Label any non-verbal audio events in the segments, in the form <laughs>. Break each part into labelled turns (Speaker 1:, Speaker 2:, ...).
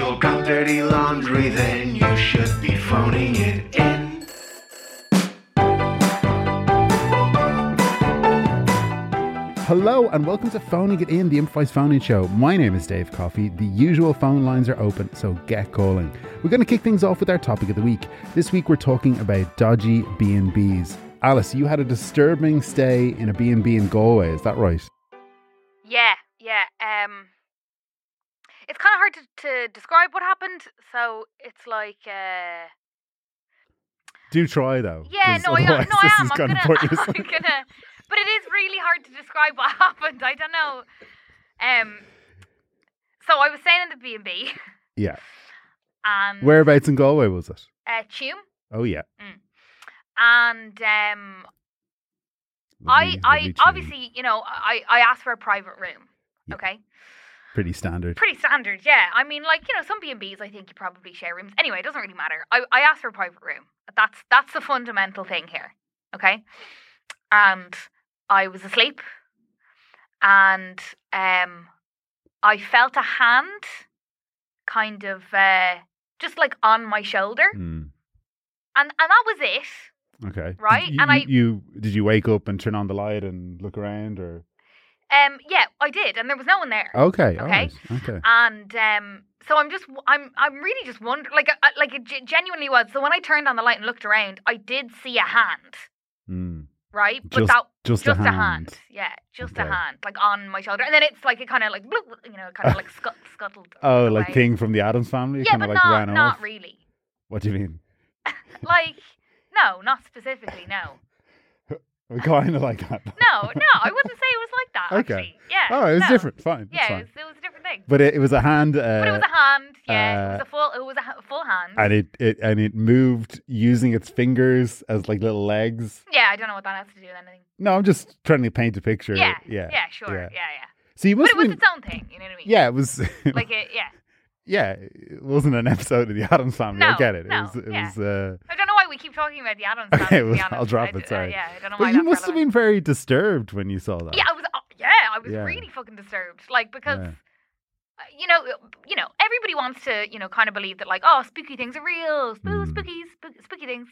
Speaker 1: all got dirty laundry, then you should be phoning it in.
Speaker 2: Hello and welcome to Phoning It In, the improvised phoning show. My name is Dave Coffey. The usual phone lines are open, so get calling. We're going to kick things off with our topic of the week. This week we're talking about dodgy B&Bs. Alice, you had a disturbing stay in a B&B in Galway, is that right?
Speaker 3: Yeah, yeah. Um, it's kind of hard to, to describe what happened. So it's like, uh,
Speaker 2: Do try though.
Speaker 3: yeah,
Speaker 2: 'cause
Speaker 3: no, I, uh, no,
Speaker 2: otherwise <laughs>
Speaker 3: I
Speaker 2: this
Speaker 3: am.
Speaker 2: is
Speaker 3: I'm
Speaker 2: kind
Speaker 3: gonna,
Speaker 2: of
Speaker 3: <laughs>
Speaker 2: pointless.
Speaker 3: I'm gonna. But it is really hard to describe what <laughs> happened. I don't know. Um, so I was staying in the B and B,
Speaker 2: yeah.
Speaker 3: and
Speaker 2: Whereabouts in Galway was it?
Speaker 3: uh, Tume,
Speaker 2: Oh yeah.
Speaker 3: and um, I,
Speaker 2: Lovely-
Speaker 3: I
Speaker 2: lovely tune.
Speaker 3: obviously, you know, I, I asked for a private room.
Speaker 2: Yeah.
Speaker 3: Okay.
Speaker 2: pretty
Speaker 3: <laughs>
Speaker 2: standard.
Speaker 3: Pretty standard, yeah. I mean, like you know, some B and B's. I think you probably share rooms. Anyway, it doesn't really matter. I, I asked for a private room. That's that's the fundamental thing here, okay? And I was asleep, and um, I felt a hand, kind of uh, just like on my shoulder,
Speaker 2: Mm,
Speaker 3: and and that was it.
Speaker 2: okay. Did
Speaker 3: Right,
Speaker 2: you-
Speaker 3: and I-
Speaker 2: you did you wake up and turn on the light and look around or
Speaker 3: Um, yeah, I did, and there was no one there.
Speaker 2: Okay.
Speaker 3: Okay.
Speaker 2: All right. Okay.
Speaker 3: and um so i'm just i'm i'm really just wondering like I- like it ge- genuinely was so when i turned on the light and looked around i did see a hand
Speaker 2: Mm,
Speaker 3: right but
Speaker 2: Just-
Speaker 3: that
Speaker 2: just,
Speaker 3: just
Speaker 2: a hand.
Speaker 3: yeah just
Speaker 2: Okay.
Speaker 3: a hand like on my shoulder and then it's like it kind of like bloop, you know kind
Speaker 2: <laughs>
Speaker 3: of like scut, scuttled
Speaker 2: Oh, like
Speaker 3: away.
Speaker 2: thing from the Adams family,
Speaker 3: yeah
Speaker 2: kind of
Speaker 3: but
Speaker 2: like
Speaker 3: not
Speaker 2: ran
Speaker 3: not
Speaker 2: off.
Speaker 3: really
Speaker 2: What do you mean?
Speaker 3: like no not specifically no
Speaker 2: kind of like that.
Speaker 3: no no i wouldn't say it was like that
Speaker 2: Okay.
Speaker 3: actually yeah
Speaker 2: <laughs> Oh, it was
Speaker 3: no.
Speaker 2: different. Fine. It's
Speaker 3: yeah it
Speaker 2: fine.
Speaker 3: was, it was a different thing
Speaker 2: But it, it was a hand. Uh,
Speaker 3: but it was a hand yeah
Speaker 2: uh,
Speaker 3: it was a full it was a ha- full hand
Speaker 2: and it, it and it moved using its fingers as like little legs.
Speaker 3: yeah i don't know what that has to do with anything
Speaker 2: No, I'm just trying to paint a picture.
Speaker 3: yeah
Speaker 2: yeah.
Speaker 3: yeah sure
Speaker 2: yeah.
Speaker 3: yeah yeah
Speaker 2: So you
Speaker 3: But
Speaker 2: must
Speaker 3: it was
Speaker 2: have been.
Speaker 3: its own thing, you know what I mean?
Speaker 2: Yeah, it was. <laughs>
Speaker 3: Like it, yeah.
Speaker 2: yeah, it wasn't an episode of the Adams Family. I
Speaker 3: No,
Speaker 2: get it.
Speaker 3: no,
Speaker 2: it was. It
Speaker 3: yeah.
Speaker 2: was. Uh,
Speaker 3: I don't know why we keep talking about the
Speaker 2: <laughs>
Speaker 3: Adams
Speaker 2: Okay,
Speaker 3: family. to be
Speaker 2: well, I'll
Speaker 3: honest.
Speaker 2: drop
Speaker 3: I
Speaker 2: it,
Speaker 3: d- uh,
Speaker 2: sorry.
Speaker 3: yeah, I don't know why
Speaker 2: but you
Speaker 3: that's
Speaker 2: must have
Speaker 3: relevant.
Speaker 2: been very disturbed when you saw that.
Speaker 3: Yeah, I was. oh, yeah, I was
Speaker 2: Yeah.
Speaker 3: really fucking disturbed. Like because.
Speaker 2: Yeah.
Speaker 3: uh, You know, you know, everybody wants to, you know, kind of believe that, like, oh, spooky things are real, spoo-
Speaker 2: Mm.
Speaker 3: spooky, spook- spooky things,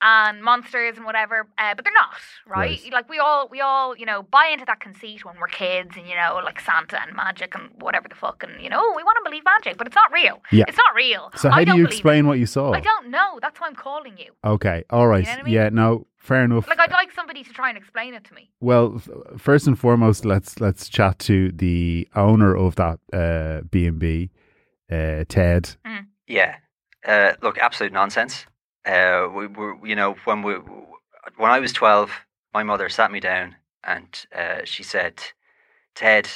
Speaker 3: and monsters and whatever. Uh, but they're not, right?
Speaker 2: Right.
Speaker 3: Like we all, we all, you know, buy into that conceit when we're kids, and you know, like Santa and magic and whatever the fuck, and you know, oh, we want to believe magic, but it's not real.
Speaker 2: Yeah.
Speaker 3: it's not real.
Speaker 2: So
Speaker 3: I
Speaker 2: how do
Speaker 3: don't
Speaker 2: you
Speaker 3: believe it.
Speaker 2: explain what you saw?
Speaker 3: I don't know. That's why I'm calling you.
Speaker 2: Okay. All right.
Speaker 3: know what I mean?
Speaker 2: Yeah. No. Fair enough.
Speaker 3: Like I'd like somebody to try and explain it
Speaker 2: <laughs>
Speaker 3: to me.
Speaker 2: Well, f- first and foremost, let's let's chat to the owner of that uh, B and B, uh, Ted.
Speaker 4: Yeah. Uh, look, absolute nonsense. Uh, we were, you know, when we, when I was twelve, my mother sat me down and uh, she said, "Ted,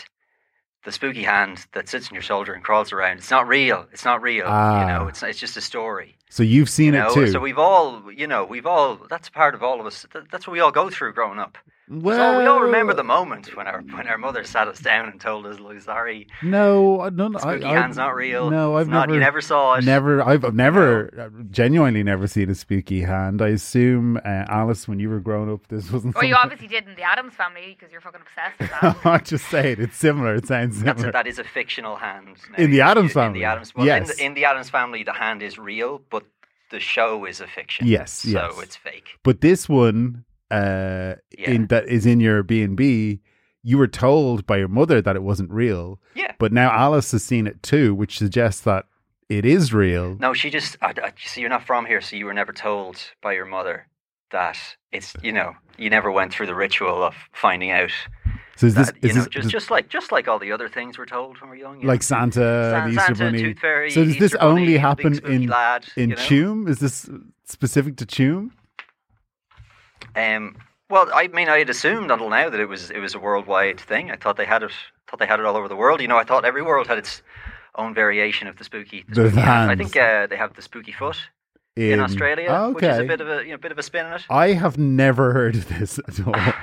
Speaker 4: the spooky hand that sits on your shoulder and crawls around, it's not real. It's not real. You
Speaker 2: Ah.
Speaker 4: know, it's it's just a story.
Speaker 2: So you've seen
Speaker 4: you know?
Speaker 2: it too.
Speaker 4: So we've all, you know, we've all. That's part of all of us. That, that's what we all go through growing up. so we all remember the moment when our when our mother sat us down and told us, "Look, sorry,
Speaker 2: No, I- no, no,
Speaker 4: the
Speaker 2: I-
Speaker 4: spooky
Speaker 2: I-
Speaker 4: hand's not real.
Speaker 2: No,
Speaker 4: It's
Speaker 2: I've
Speaker 4: not-
Speaker 2: never,
Speaker 4: You never saw it.
Speaker 2: never, I've I've never, uh, genuinely never seen a spooky hand. I assume uh, Alice, when you were growing up, this wasn't.
Speaker 3: Or you
Speaker 2: <laughs> something-
Speaker 3: obviously did in the Adams family because you're fucking obsessed with that.
Speaker 2: I just say it. It's similar. It sounds <laughs>
Speaker 4: That's a,
Speaker 2: similar.
Speaker 4: that is a fictional hand. now.
Speaker 2: In the Addams
Speaker 4: In
Speaker 2: Family,
Speaker 4: the Adams, well, in,
Speaker 2: yes.
Speaker 4: the, in the Adams family, the hand is real, but the show is a fiction.
Speaker 2: Yes,
Speaker 4: so
Speaker 2: yes.
Speaker 4: it's fake.
Speaker 2: But this one, uh,
Speaker 4: Yeah.
Speaker 2: in that is in your B and B, you were told by your mother that it wasn't real.
Speaker 4: Yeah.
Speaker 2: But now Alice has seen it too, which suggests that it is real.
Speaker 4: No, she just. I, I, so you're not from here, so you were never told by your mother that it's. You know, you never went through the ritual of finding out.
Speaker 2: So is
Speaker 4: That,
Speaker 2: this
Speaker 4: you
Speaker 2: is
Speaker 4: know,
Speaker 2: this
Speaker 4: just,
Speaker 2: does-
Speaker 4: just like just like all the other things we're told when we're young. you
Speaker 2: like
Speaker 4: know.
Speaker 2: Santa,
Speaker 4: Sa-
Speaker 2: and the Easter
Speaker 4: Santa,
Speaker 2: Bunny
Speaker 4: Tooth Fairy.
Speaker 2: So does
Speaker 4: Easter
Speaker 2: this
Speaker 4: Bunny,
Speaker 2: only
Speaker 4: the big
Speaker 2: happen
Speaker 4: spooky
Speaker 2: in-
Speaker 4: lad,
Speaker 2: in
Speaker 4: you know?
Speaker 2: Tuam? Is this specific to Tuam?
Speaker 4: Um, well, I mean, I had assumed until now that it was it was a worldwide thing. I thought they had it. Thought they had it all over the world. You know, I thought every world had its own variation of the spooky.
Speaker 2: The
Speaker 4: spooky hand. I
Speaker 2: vans.
Speaker 4: think uh, they have the spooky foot
Speaker 2: In,
Speaker 4: in, Australia,
Speaker 2: okay.
Speaker 4: which is a bit of a you know bit of a spin in
Speaker 2: <laughs>
Speaker 4: it.
Speaker 2: I have never heard of this
Speaker 4: <laughs>
Speaker 2: at all.
Speaker 4: I'm,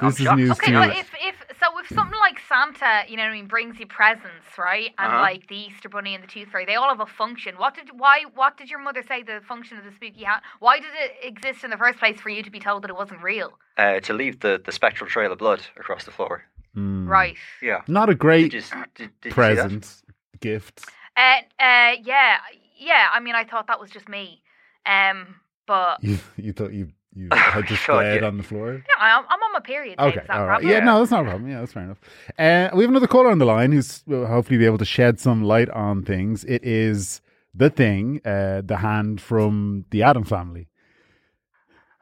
Speaker 4: I'm
Speaker 2: This is
Speaker 4: shocked.
Speaker 2: news
Speaker 3: Okay,
Speaker 2: to
Speaker 3: well,
Speaker 2: me.
Speaker 3: if if so, if something like Santa, you know what I mean, brings you presents, right? And
Speaker 4: Uh-huh.
Speaker 3: like the Easter Bunny and the Tooth Fairy, they all have a function. What did why what did your mother say the function of the spooky hat? Why did it exist in the first place for you to be told that it wasn't real?
Speaker 4: Uh, to leave the, the spectral trail of blood across the floor.
Speaker 2: Hmm.
Speaker 3: Right.
Speaker 4: Yeah.
Speaker 2: Not a
Speaker 4: Did
Speaker 2: great
Speaker 4: you s- did- did you see that?
Speaker 2: present gift.
Speaker 3: Uh, uh, yeah, yeah. I mean, I thought that was just me, um, but
Speaker 2: You you thought you you
Speaker 4: <laughs> Oh
Speaker 2: had
Speaker 4: my
Speaker 2: just
Speaker 4: God,
Speaker 2: bled
Speaker 4: yeah.
Speaker 2: on the floor.
Speaker 3: no, I'm, I'm on my period. Dave,
Speaker 2: Okay,
Speaker 3: is that a
Speaker 2: all right.
Speaker 3: problem?
Speaker 2: Yeah, no, that's not a problem. Yeah, that's fair enough. Uh, we have another caller on the line who's will hopefully be able to shed some light on things. It is the thing, uh, the hand from the Adam family.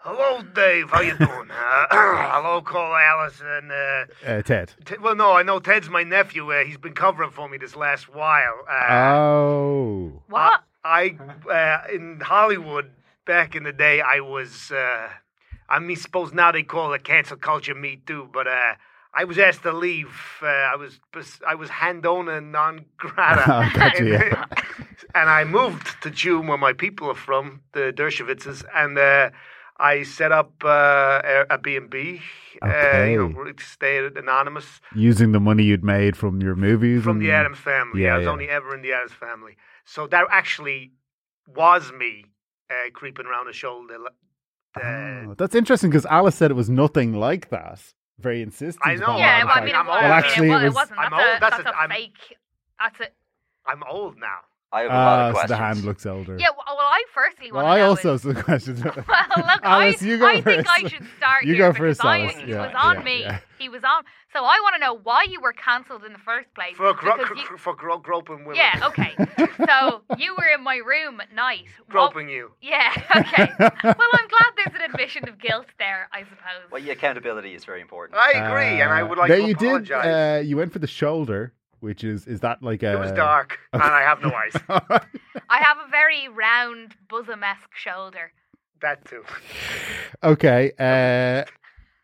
Speaker 5: Hello, Dave. How you doing? Uh, <clears throat> hello, Cole Allison. Uh,
Speaker 2: Uh, Ted.
Speaker 5: T- well, no, I know Ted's my nephew. Uh, he's been covering for me this last while. Uh,
Speaker 2: Oh,
Speaker 3: What?
Speaker 5: I, I uh, in Hollywood back in the day, I was. Uh, I mean, suppose now they call it cancel culture. Me too, but. Uh, I was asked to leave. Uh, I was bes- I was handona non
Speaker 2: <laughs>
Speaker 5: grata,
Speaker 2: I got you, Oh, yeah.
Speaker 5: <laughs> and I moved to June, where my people are from, the Dershowitzes, and uh, I set up uh, a, a B&B. Uh, you
Speaker 2: Okay.
Speaker 5: know, we stayed anonymous
Speaker 2: using the money you'd made from your movies
Speaker 5: from
Speaker 2: and-
Speaker 5: the Adams family.
Speaker 2: Mm-hmm. Yeah,
Speaker 5: I was
Speaker 2: yeah.
Speaker 5: only ever in the Adams family, so that actually was me uh, creeping around the shoulder. Uh,
Speaker 2: Oh, that's interesting because Alice said it was nothing like that. Very insistent.
Speaker 5: I know.
Speaker 2: upon
Speaker 3: yeah,
Speaker 2: that
Speaker 3: well, I
Speaker 2: fact.
Speaker 3: mean, it
Speaker 5: I'm
Speaker 3: was,
Speaker 5: old.
Speaker 2: Well,
Speaker 3: I
Speaker 2: actually,
Speaker 3: mean,
Speaker 2: it
Speaker 3: it, wa-
Speaker 2: was-
Speaker 3: it wasn't.
Speaker 5: I'm
Speaker 3: That's a,
Speaker 5: old. That's
Speaker 3: that's,
Speaker 5: a-
Speaker 3: a
Speaker 5: I'm-
Speaker 3: fake. That's a
Speaker 5: I'm old now.
Speaker 4: I have a lot
Speaker 2: Ah,
Speaker 4: of
Speaker 2: so
Speaker 4: questions.
Speaker 2: the hand looks older.
Speaker 3: yeah. Well, I firstly
Speaker 2: Well,
Speaker 3: want.
Speaker 2: I
Speaker 3: to
Speaker 2: also
Speaker 3: Know
Speaker 2: have some <laughs> questions.
Speaker 3: is, <laughs> well, look,
Speaker 2: Alice,
Speaker 3: I,
Speaker 2: you go
Speaker 3: I think I
Speaker 2: first.
Speaker 3: should start.
Speaker 2: You
Speaker 3: here
Speaker 2: go
Speaker 3: because
Speaker 2: first,
Speaker 3: I,
Speaker 2: Alice.
Speaker 3: He
Speaker 2: Yeah,
Speaker 3: was on
Speaker 2: yeah,
Speaker 3: me.
Speaker 2: yeah.
Speaker 3: He was on. So I want to know why you were cancelled in the first place.
Speaker 5: For gro-
Speaker 3: because you-
Speaker 5: gro- for gro- groping women.
Speaker 3: yeah. Okay.
Speaker 2: <laughs>
Speaker 3: so you were in my room at night. What-
Speaker 5: <laughs> Groping you.
Speaker 3: yeah. <laughs> Okay. well, I'm glad there's an admission of guilt there. I suppose.
Speaker 4: Well, yeah, accountability is very important.
Speaker 5: I agree, and I
Speaker 2: Uh,
Speaker 5: would like
Speaker 2: there
Speaker 5: to
Speaker 2: you
Speaker 5: apologize.
Speaker 2: Did, uh, you went for the shoulder, which is is that like a?
Speaker 5: It was dark, and I have no eyes.
Speaker 3: I have a very round bosom-esque shoulder.
Speaker 5: That too.
Speaker 2: <laughs> okay, uh,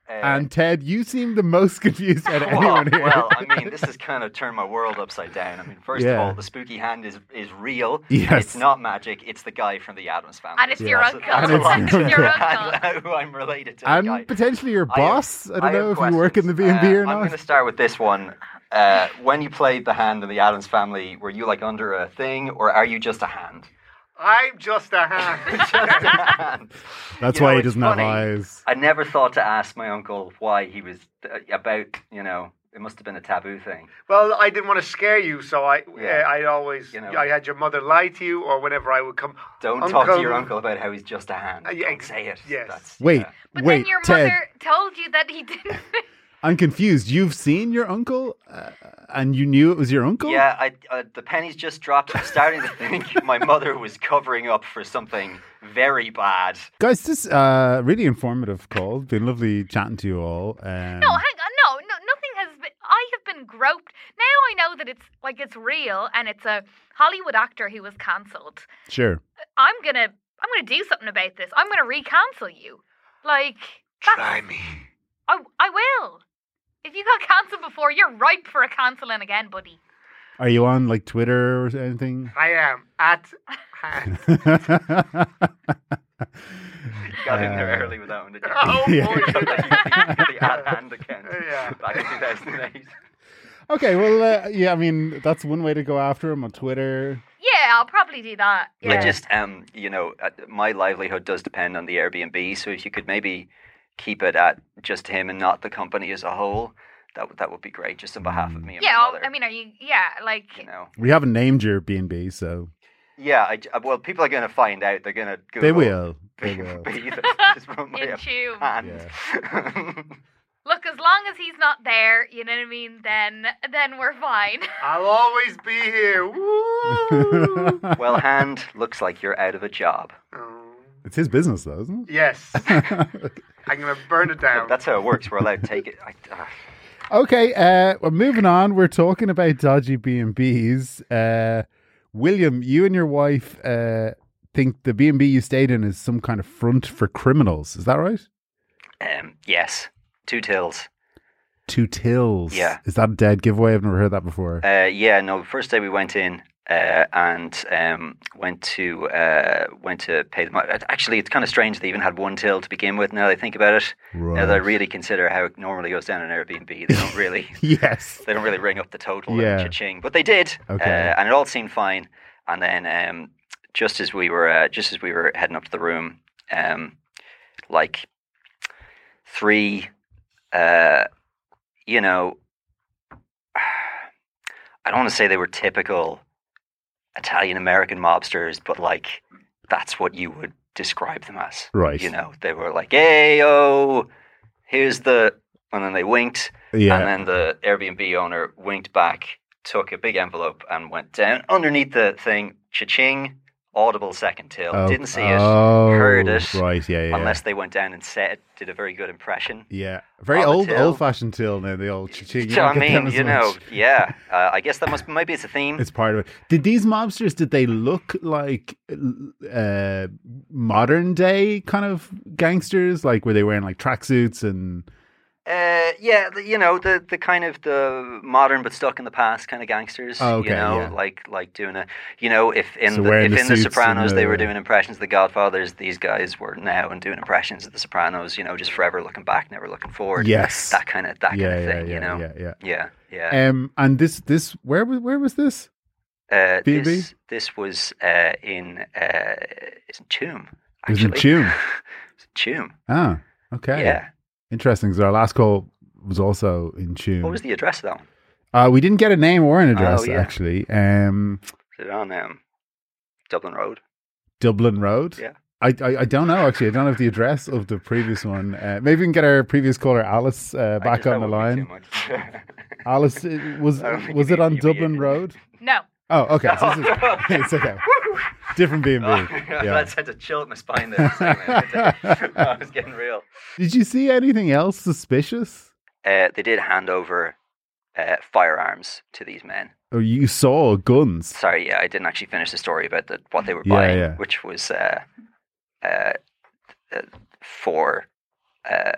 Speaker 4: Uh,
Speaker 2: and Ted, you seem the most <laughs> confused
Speaker 5: <laughs>
Speaker 2: out of
Speaker 4: well,
Speaker 2: anyone here.
Speaker 4: well, I mean, this has kind of turned my world upside down. I mean, first
Speaker 2: Yeah.
Speaker 4: of all, the spooky hand is is real.
Speaker 2: Yes.
Speaker 4: It's not magic. It's the guy from the Adams family.
Speaker 3: And it's your
Speaker 4: That's-
Speaker 3: uncle.
Speaker 4: that's
Speaker 2: And
Speaker 4: all I
Speaker 2: it's your
Speaker 4: know.
Speaker 2: <laughs>
Speaker 4: <laughs>
Speaker 3: uncle.
Speaker 4: And how I'm related to the guy.
Speaker 2: and potentially your
Speaker 4: I have-
Speaker 2: boss. I,
Speaker 4: I
Speaker 2: don't know if
Speaker 4: have
Speaker 2: you work in the B
Speaker 4: questions.
Speaker 2: and B or
Speaker 4: Uh, I'm
Speaker 2: not.
Speaker 4: going to start with this one. Uh, when you played the hand in the Adams family, were you like under a thing, or are you just a hand?
Speaker 5: I'm just a hand.
Speaker 4: <laughs>
Speaker 2: <laughs>
Speaker 4: Just a hand.
Speaker 2: That's
Speaker 4: you
Speaker 2: why
Speaker 4: know,
Speaker 2: he
Speaker 4: it's
Speaker 2: doesn't have
Speaker 4: funny.
Speaker 2: eyes.
Speaker 4: I never thought to ask my uncle why he was uh, about. You know, it must have been a taboo thing.
Speaker 5: <laughs> well, I didn't want to scare you, so I
Speaker 4: Yeah.
Speaker 5: I always
Speaker 4: You know.
Speaker 5: I had your mother lie to you, or whenever I would come.
Speaker 4: Don't talk to your
Speaker 5: Uncle-
Speaker 4: uncle about how he's just a hand.
Speaker 5: Uh, yeah,
Speaker 4: Don't
Speaker 5: ex-
Speaker 4: say it.
Speaker 5: yes.
Speaker 4: That's-
Speaker 2: Wait,
Speaker 4: yeah.
Speaker 3: But
Speaker 2: wait,
Speaker 3: then your
Speaker 2: Ted.
Speaker 3: mother told you that he <laughs> didn't.
Speaker 2: I'm confused. You've seen your uncle, uh, and you knew it was your uncle.
Speaker 4: Yeah, I, uh, the pennies just dropped. I'm starting to <laughs> think my mother was covering up for something very bad.
Speaker 2: guys, this uh, really informative call. Been lovely chatting to you all. Um,
Speaker 3: No, hang on. No, no, nothing has been. I have been groped. Now I know that it's like it's real and it's a Hollywood actor who was cancelled.
Speaker 2: sure.
Speaker 3: I'm gonna, I'm gonna do something about this. I'm gonna re-cancel you. Like,
Speaker 5: Try me.
Speaker 3: I, I will. If you got cancelled before, you're ripe for a cancelling again, buddy.
Speaker 2: Are you on like Twitter or anything?
Speaker 5: I am at
Speaker 2: <laughs>
Speaker 5: hand.
Speaker 4: Got in there
Speaker 2: Uh,
Speaker 4: early with that one. did you?
Speaker 5: <laughs> Oh
Speaker 4: <laughs>
Speaker 5: boy.
Speaker 4: Got the the ad hand account
Speaker 5: Yeah.
Speaker 4: back in 2008.
Speaker 2: <laughs> okay, well, uh, yeah, I mean, that's one way to go after him on Twitter.
Speaker 3: Yeah, I'll probably do that. Yeah.
Speaker 4: I just, um, you know, uh, my livelihood does depend on the Airbnb. So if you could maybe keep it at just him and not the company as a whole, that would that would be great, just on behalf of me and
Speaker 3: yeah,
Speaker 4: my
Speaker 3: I'll-
Speaker 4: mother.
Speaker 3: I mean, are you? Yeah, like,
Speaker 4: you know.
Speaker 2: We haven't named your B and B, so
Speaker 4: Yeah, I, uh, well, people are going to find out. They're going to Google.
Speaker 2: they will. They will.
Speaker 4: <laughs>
Speaker 2: <laughs>
Speaker 4: B&B just run by
Speaker 3: in
Speaker 4: a
Speaker 3: tune.
Speaker 4: <laughs> hand.
Speaker 3: Look, as long as he's not there, you know what I mean. Then, then we're fine. <laughs>
Speaker 5: I'll always be here. <laughs> Woo!
Speaker 4: <laughs> well, hand looks like you're out of a job.
Speaker 5: Oh.
Speaker 2: <laughs> it's his business, though, isn't
Speaker 5: Yes,
Speaker 2: it? <laughs>
Speaker 5: I'm gonna burn it down.
Speaker 4: That's how it works. We're allowed to take it. I, uh,
Speaker 2: okay, uh, well, moving on. We're talking about dodgy B and Bs. Uh, William, you and your wife uh, think the B and B you stayed in is some kind of front for criminals. Is that right?
Speaker 4: um, yes, two tills.
Speaker 2: Two tills.
Speaker 4: Yeah.
Speaker 2: Is that a dead giveaway? I've never heard that before.
Speaker 4: Uh, yeah, no. First day we went in uh, and um, went to uh, went to pay them. out. Actually, it's kind of strange they even had one till to begin with. Now that I think about it,
Speaker 2: right.
Speaker 4: now that Uh, I really consider how it normally goes down in Airbnb, they don't really
Speaker 2: <laughs> yes.
Speaker 4: they don't really ring up the total.
Speaker 2: Yeah.
Speaker 4: Yeah. Cha-ching, but they did,
Speaker 2: Okay.
Speaker 4: uh, and it all seemed fine. And then um, just as we were uh, just as we were heading up to the room, um, like three, uh, <sighs> you know, I don't want to say they were typical Italian American mobsters, but like that's what you would describe them as.
Speaker 2: Right.
Speaker 4: You know, they were like, hey, oh, here's the. And then they winked.
Speaker 2: Yeah.
Speaker 4: And then the Airbnb owner winked back, took a big envelope, and went down underneath the thing, cha ching, audible second till.
Speaker 2: Oh,
Speaker 4: Didn't see it,
Speaker 2: oh,
Speaker 4: heard it.
Speaker 2: Right. Yeah. Yeah.
Speaker 4: unless they went down and said it, did a very good impression.
Speaker 2: yeah. Very
Speaker 4: on the
Speaker 2: old,
Speaker 4: till.
Speaker 2: old-fashioned till now. The old cha-ching.
Speaker 4: So, I
Speaker 2: don't get them
Speaker 4: mean,
Speaker 2: as
Speaker 4: you
Speaker 2: much.
Speaker 4: know, yeah. Uh, I guess that must maybe it's a theme.
Speaker 2: <laughs> It's part of it. Did these mobsters? Did they look like uh, modern day kind of gangsters? Like were they wearing like tracksuits and
Speaker 4: Uh, yeah, the, you know the the kind of the modern but stuck in the past kind of gangsters.
Speaker 2: Oh, okay,
Speaker 4: you know,
Speaker 2: yeah.
Speaker 4: like like doing a, you know, if in
Speaker 2: So
Speaker 4: the,
Speaker 2: wearing
Speaker 4: if
Speaker 2: the
Speaker 4: in the
Speaker 2: suits and
Speaker 4: Sopranos they were
Speaker 2: the-
Speaker 4: doing impressions of the Godfathers, these guys were now and doing impressions of the Sopranos. You know, just forever looking back, never looking forward.
Speaker 2: yes,
Speaker 4: that kind of that
Speaker 2: yeah,
Speaker 4: kind of
Speaker 2: yeah,
Speaker 4: thing.
Speaker 2: yeah,
Speaker 4: you know, Uh,
Speaker 2: yeah, yeah.
Speaker 4: yeah, yeah.
Speaker 2: Um, and this, this, where was, where was this?
Speaker 4: Uh,
Speaker 2: B&B?
Speaker 4: this this was uh, in uh, it's in Tomb.
Speaker 2: It was in
Speaker 4: actually.
Speaker 2: Tuam.
Speaker 4: It's in Tuam,
Speaker 2: Ah, okay,
Speaker 4: Yeah.
Speaker 2: interesting. So our last call was also in tune.
Speaker 4: What was the address of that one?
Speaker 2: uh, we didn't get a name or an address
Speaker 4: yeah.
Speaker 2: actually. Um,
Speaker 4: Was it on um, Dublin Road?
Speaker 2: Dublin Road.
Speaker 4: Yeah.
Speaker 2: I, I, I don't know actually. I don't have the address of the previous one. Uh, maybe we can get our previous caller Alice uh,
Speaker 4: I
Speaker 2: back
Speaker 4: guess
Speaker 2: on the
Speaker 4: that would be
Speaker 2: line.
Speaker 4: too much. <laughs>
Speaker 2: Alice, it was
Speaker 4: I don't think
Speaker 2: was
Speaker 4: you
Speaker 2: it
Speaker 4: need
Speaker 2: on
Speaker 4: to be
Speaker 2: Dublin
Speaker 4: in.
Speaker 2: Road?
Speaker 3: No.
Speaker 2: Oh, okay. so
Speaker 4: <laughs>
Speaker 2: this is- <laughs>
Speaker 4: Oh, no.
Speaker 2: it's okay. Different <laughs> B and
Speaker 4: Oh, <laughs>
Speaker 2: B.
Speaker 4: That's had to chill at my spine there. For a
Speaker 2: <laughs>
Speaker 4: second. I was oh, getting real.
Speaker 2: Did you see anything else suspicious?
Speaker 4: Uh, they did hand over uh, firearms to these men.
Speaker 2: Or Oh, you saw guns?
Speaker 4: Sorry, yeah, I didn't actually finish the story about the, what they were
Speaker 2: Yeah,
Speaker 4: buying,
Speaker 2: yeah.
Speaker 4: which was uh, uh, uh, for. Uh,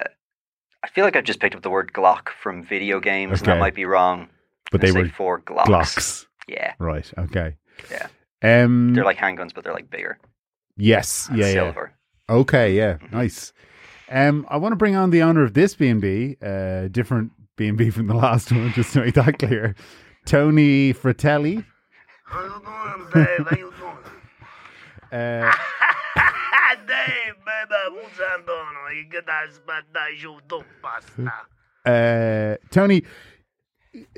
Speaker 4: I feel like I've just picked up the word Glock from video games, and
Speaker 2: Okay.
Speaker 4: that might be wrong.
Speaker 2: But
Speaker 4: I'm
Speaker 2: they
Speaker 4: gonna
Speaker 2: were
Speaker 4: say four Glocks.
Speaker 2: Glocks,
Speaker 4: Yeah,
Speaker 2: right? Okay.
Speaker 4: Yeah.
Speaker 2: Um.
Speaker 4: they're like handguns, but they're like bigger.
Speaker 2: yes.
Speaker 4: and
Speaker 2: Yeah. Yeah.
Speaker 4: silver.
Speaker 2: Okay. Yeah.
Speaker 4: Mhm.
Speaker 2: Nice. Um. I want to bring on the owner of this B and B. Uh. Different B and B <laughs> from the last one, just to make that clear. Tony Fratelli.
Speaker 5: How you doing, Dave? How you <laughs> doing?
Speaker 2: Uh.
Speaker 5: Dave, Ah, baby, what's that doing? You get that spot that you do, pasta.
Speaker 2: Uh, Tony,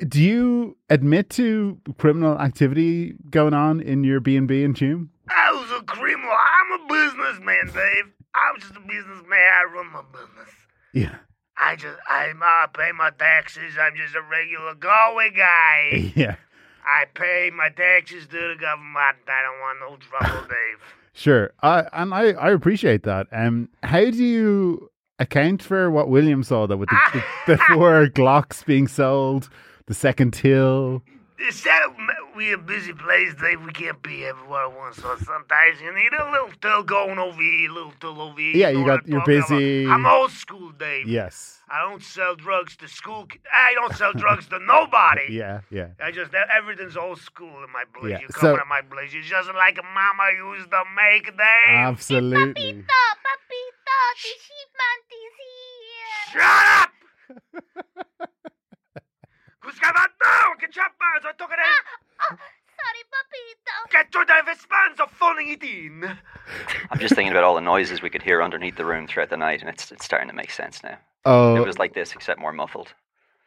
Speaker 2: do you admit to criminal activity going on in your B and B in Tune?
Speaker 5: I was a criminal. I'm a businessman, Dave. I'm just a businessman. I run my business.
Speaker 2: Yeah.
Speaker 5: I just, I'm, I pay my taxes. I'm just a regular Galway guy.
Speaker 2: <laughs> Yeah.
Speaker 5: I pay my taxes to the government. I don't want no trouble, Dave.
Speaker 2: Sure. I and I, I appreciate that. Um, how do you account for what William saw though with the, the, the four Glocks being sold, the second till?
Speaker 5: Is that we a busy place, Dave? We can't be everywhere at once. So sometimes you need a little till going over here, a little till over here.
Speaker 2: Yeah, you
Speaker 5: know what
Speaker 2: got- you're
Speaker 5: I'm talking about.
Speaker 2: busy.
Speaker 5: I'm old school, Dave.
Speaker 2: Yes.
Speaker 5: I don't sell drugs to school. ki- I don't sell drugs to nobody.
Speaker 2: <laughs> Yeah. Yeah.
Speaker 5: I just e, everything's old school in my place.
Speaker 2: Yeah,
Speaker 5: You
Speaker 2: so-
Speaker 5: come to my place, it's just like mama used to make, Dave.
Speaker 2: Um, Absolutely.
Speaker 3: Papito, papito, the sheep man is here.
Speaker 5: Shut up!
Speaker 2: <laughs>
Speaker 5: Who's got that now? Che c'è mezzo? Tocca
Speaker 3: Oh, sorry, papito.
Speaker 5: Che tu devi spazio, funny it in.
Speaker 4: I'm just thinking about all the noises we could hear underneath the room throughout the night, and it's it's starting to make sense now. it
Speaker 2: Oh,
Speaker 4: was like this, except more muffled.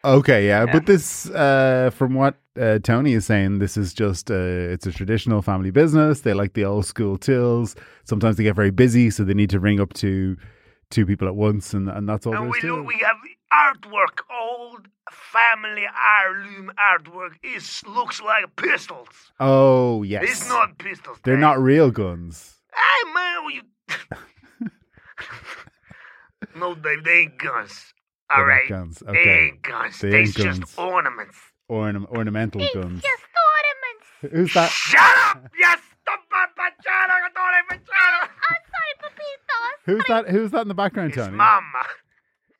Speaker 2: okay, yeah,
Speaker 4: Yeah.
Speaker 2: but this, uh, from what uh, Tony is saying, this is just uh, it's a traditional family business. They like the old school tills. Sometimes they get very busy, so they need to ring up to two people at once, and and that's all
Speaker 5: And
Speaker 2: there
Speaker 5: we,
Speaker 2: is to
Speaker 5: do,
Speaker 2: it.
Speaker 5: we have artwork, old family heirloom artwork. It looks like pistols.
Speaker 2: Oh yes,
Speaker 5: It's not pistols.
Speaker 2: They're
Speaker 5: Dave.
Speaker 2: not real guns.
Speaker 5: Hey, man,
Speaker 2: <laughs>
Speaker 5: what you. no, Dave, they ain't guns.
Speaker 2: They're
Speaker 5: All
Speaker 2: not
Speaker 5: right.
Speaker 2: guns.
Speaker 5: They
Speaker 2: Okay,
Speaker 5: ain't guns.
Speaker 2: They
Speaker 5: They
Speaker 2: ain't guns.
Speaker 5: just ornaments.
Speaker 2: Ornam- ornamental guns.
Speaker 3: Just ornaments.
Speaker 2: Who's that?
Speaker 5: Shut
Speaker 2: <laughs>
Speaker 5: up! Yes, stop
Speaker 3: Oh, sorry, papito.
Speaker 2: Who's that? Who's that in the background,
Speaker 5: It's
Speaker 2: Tony?
Speaker 5: mama.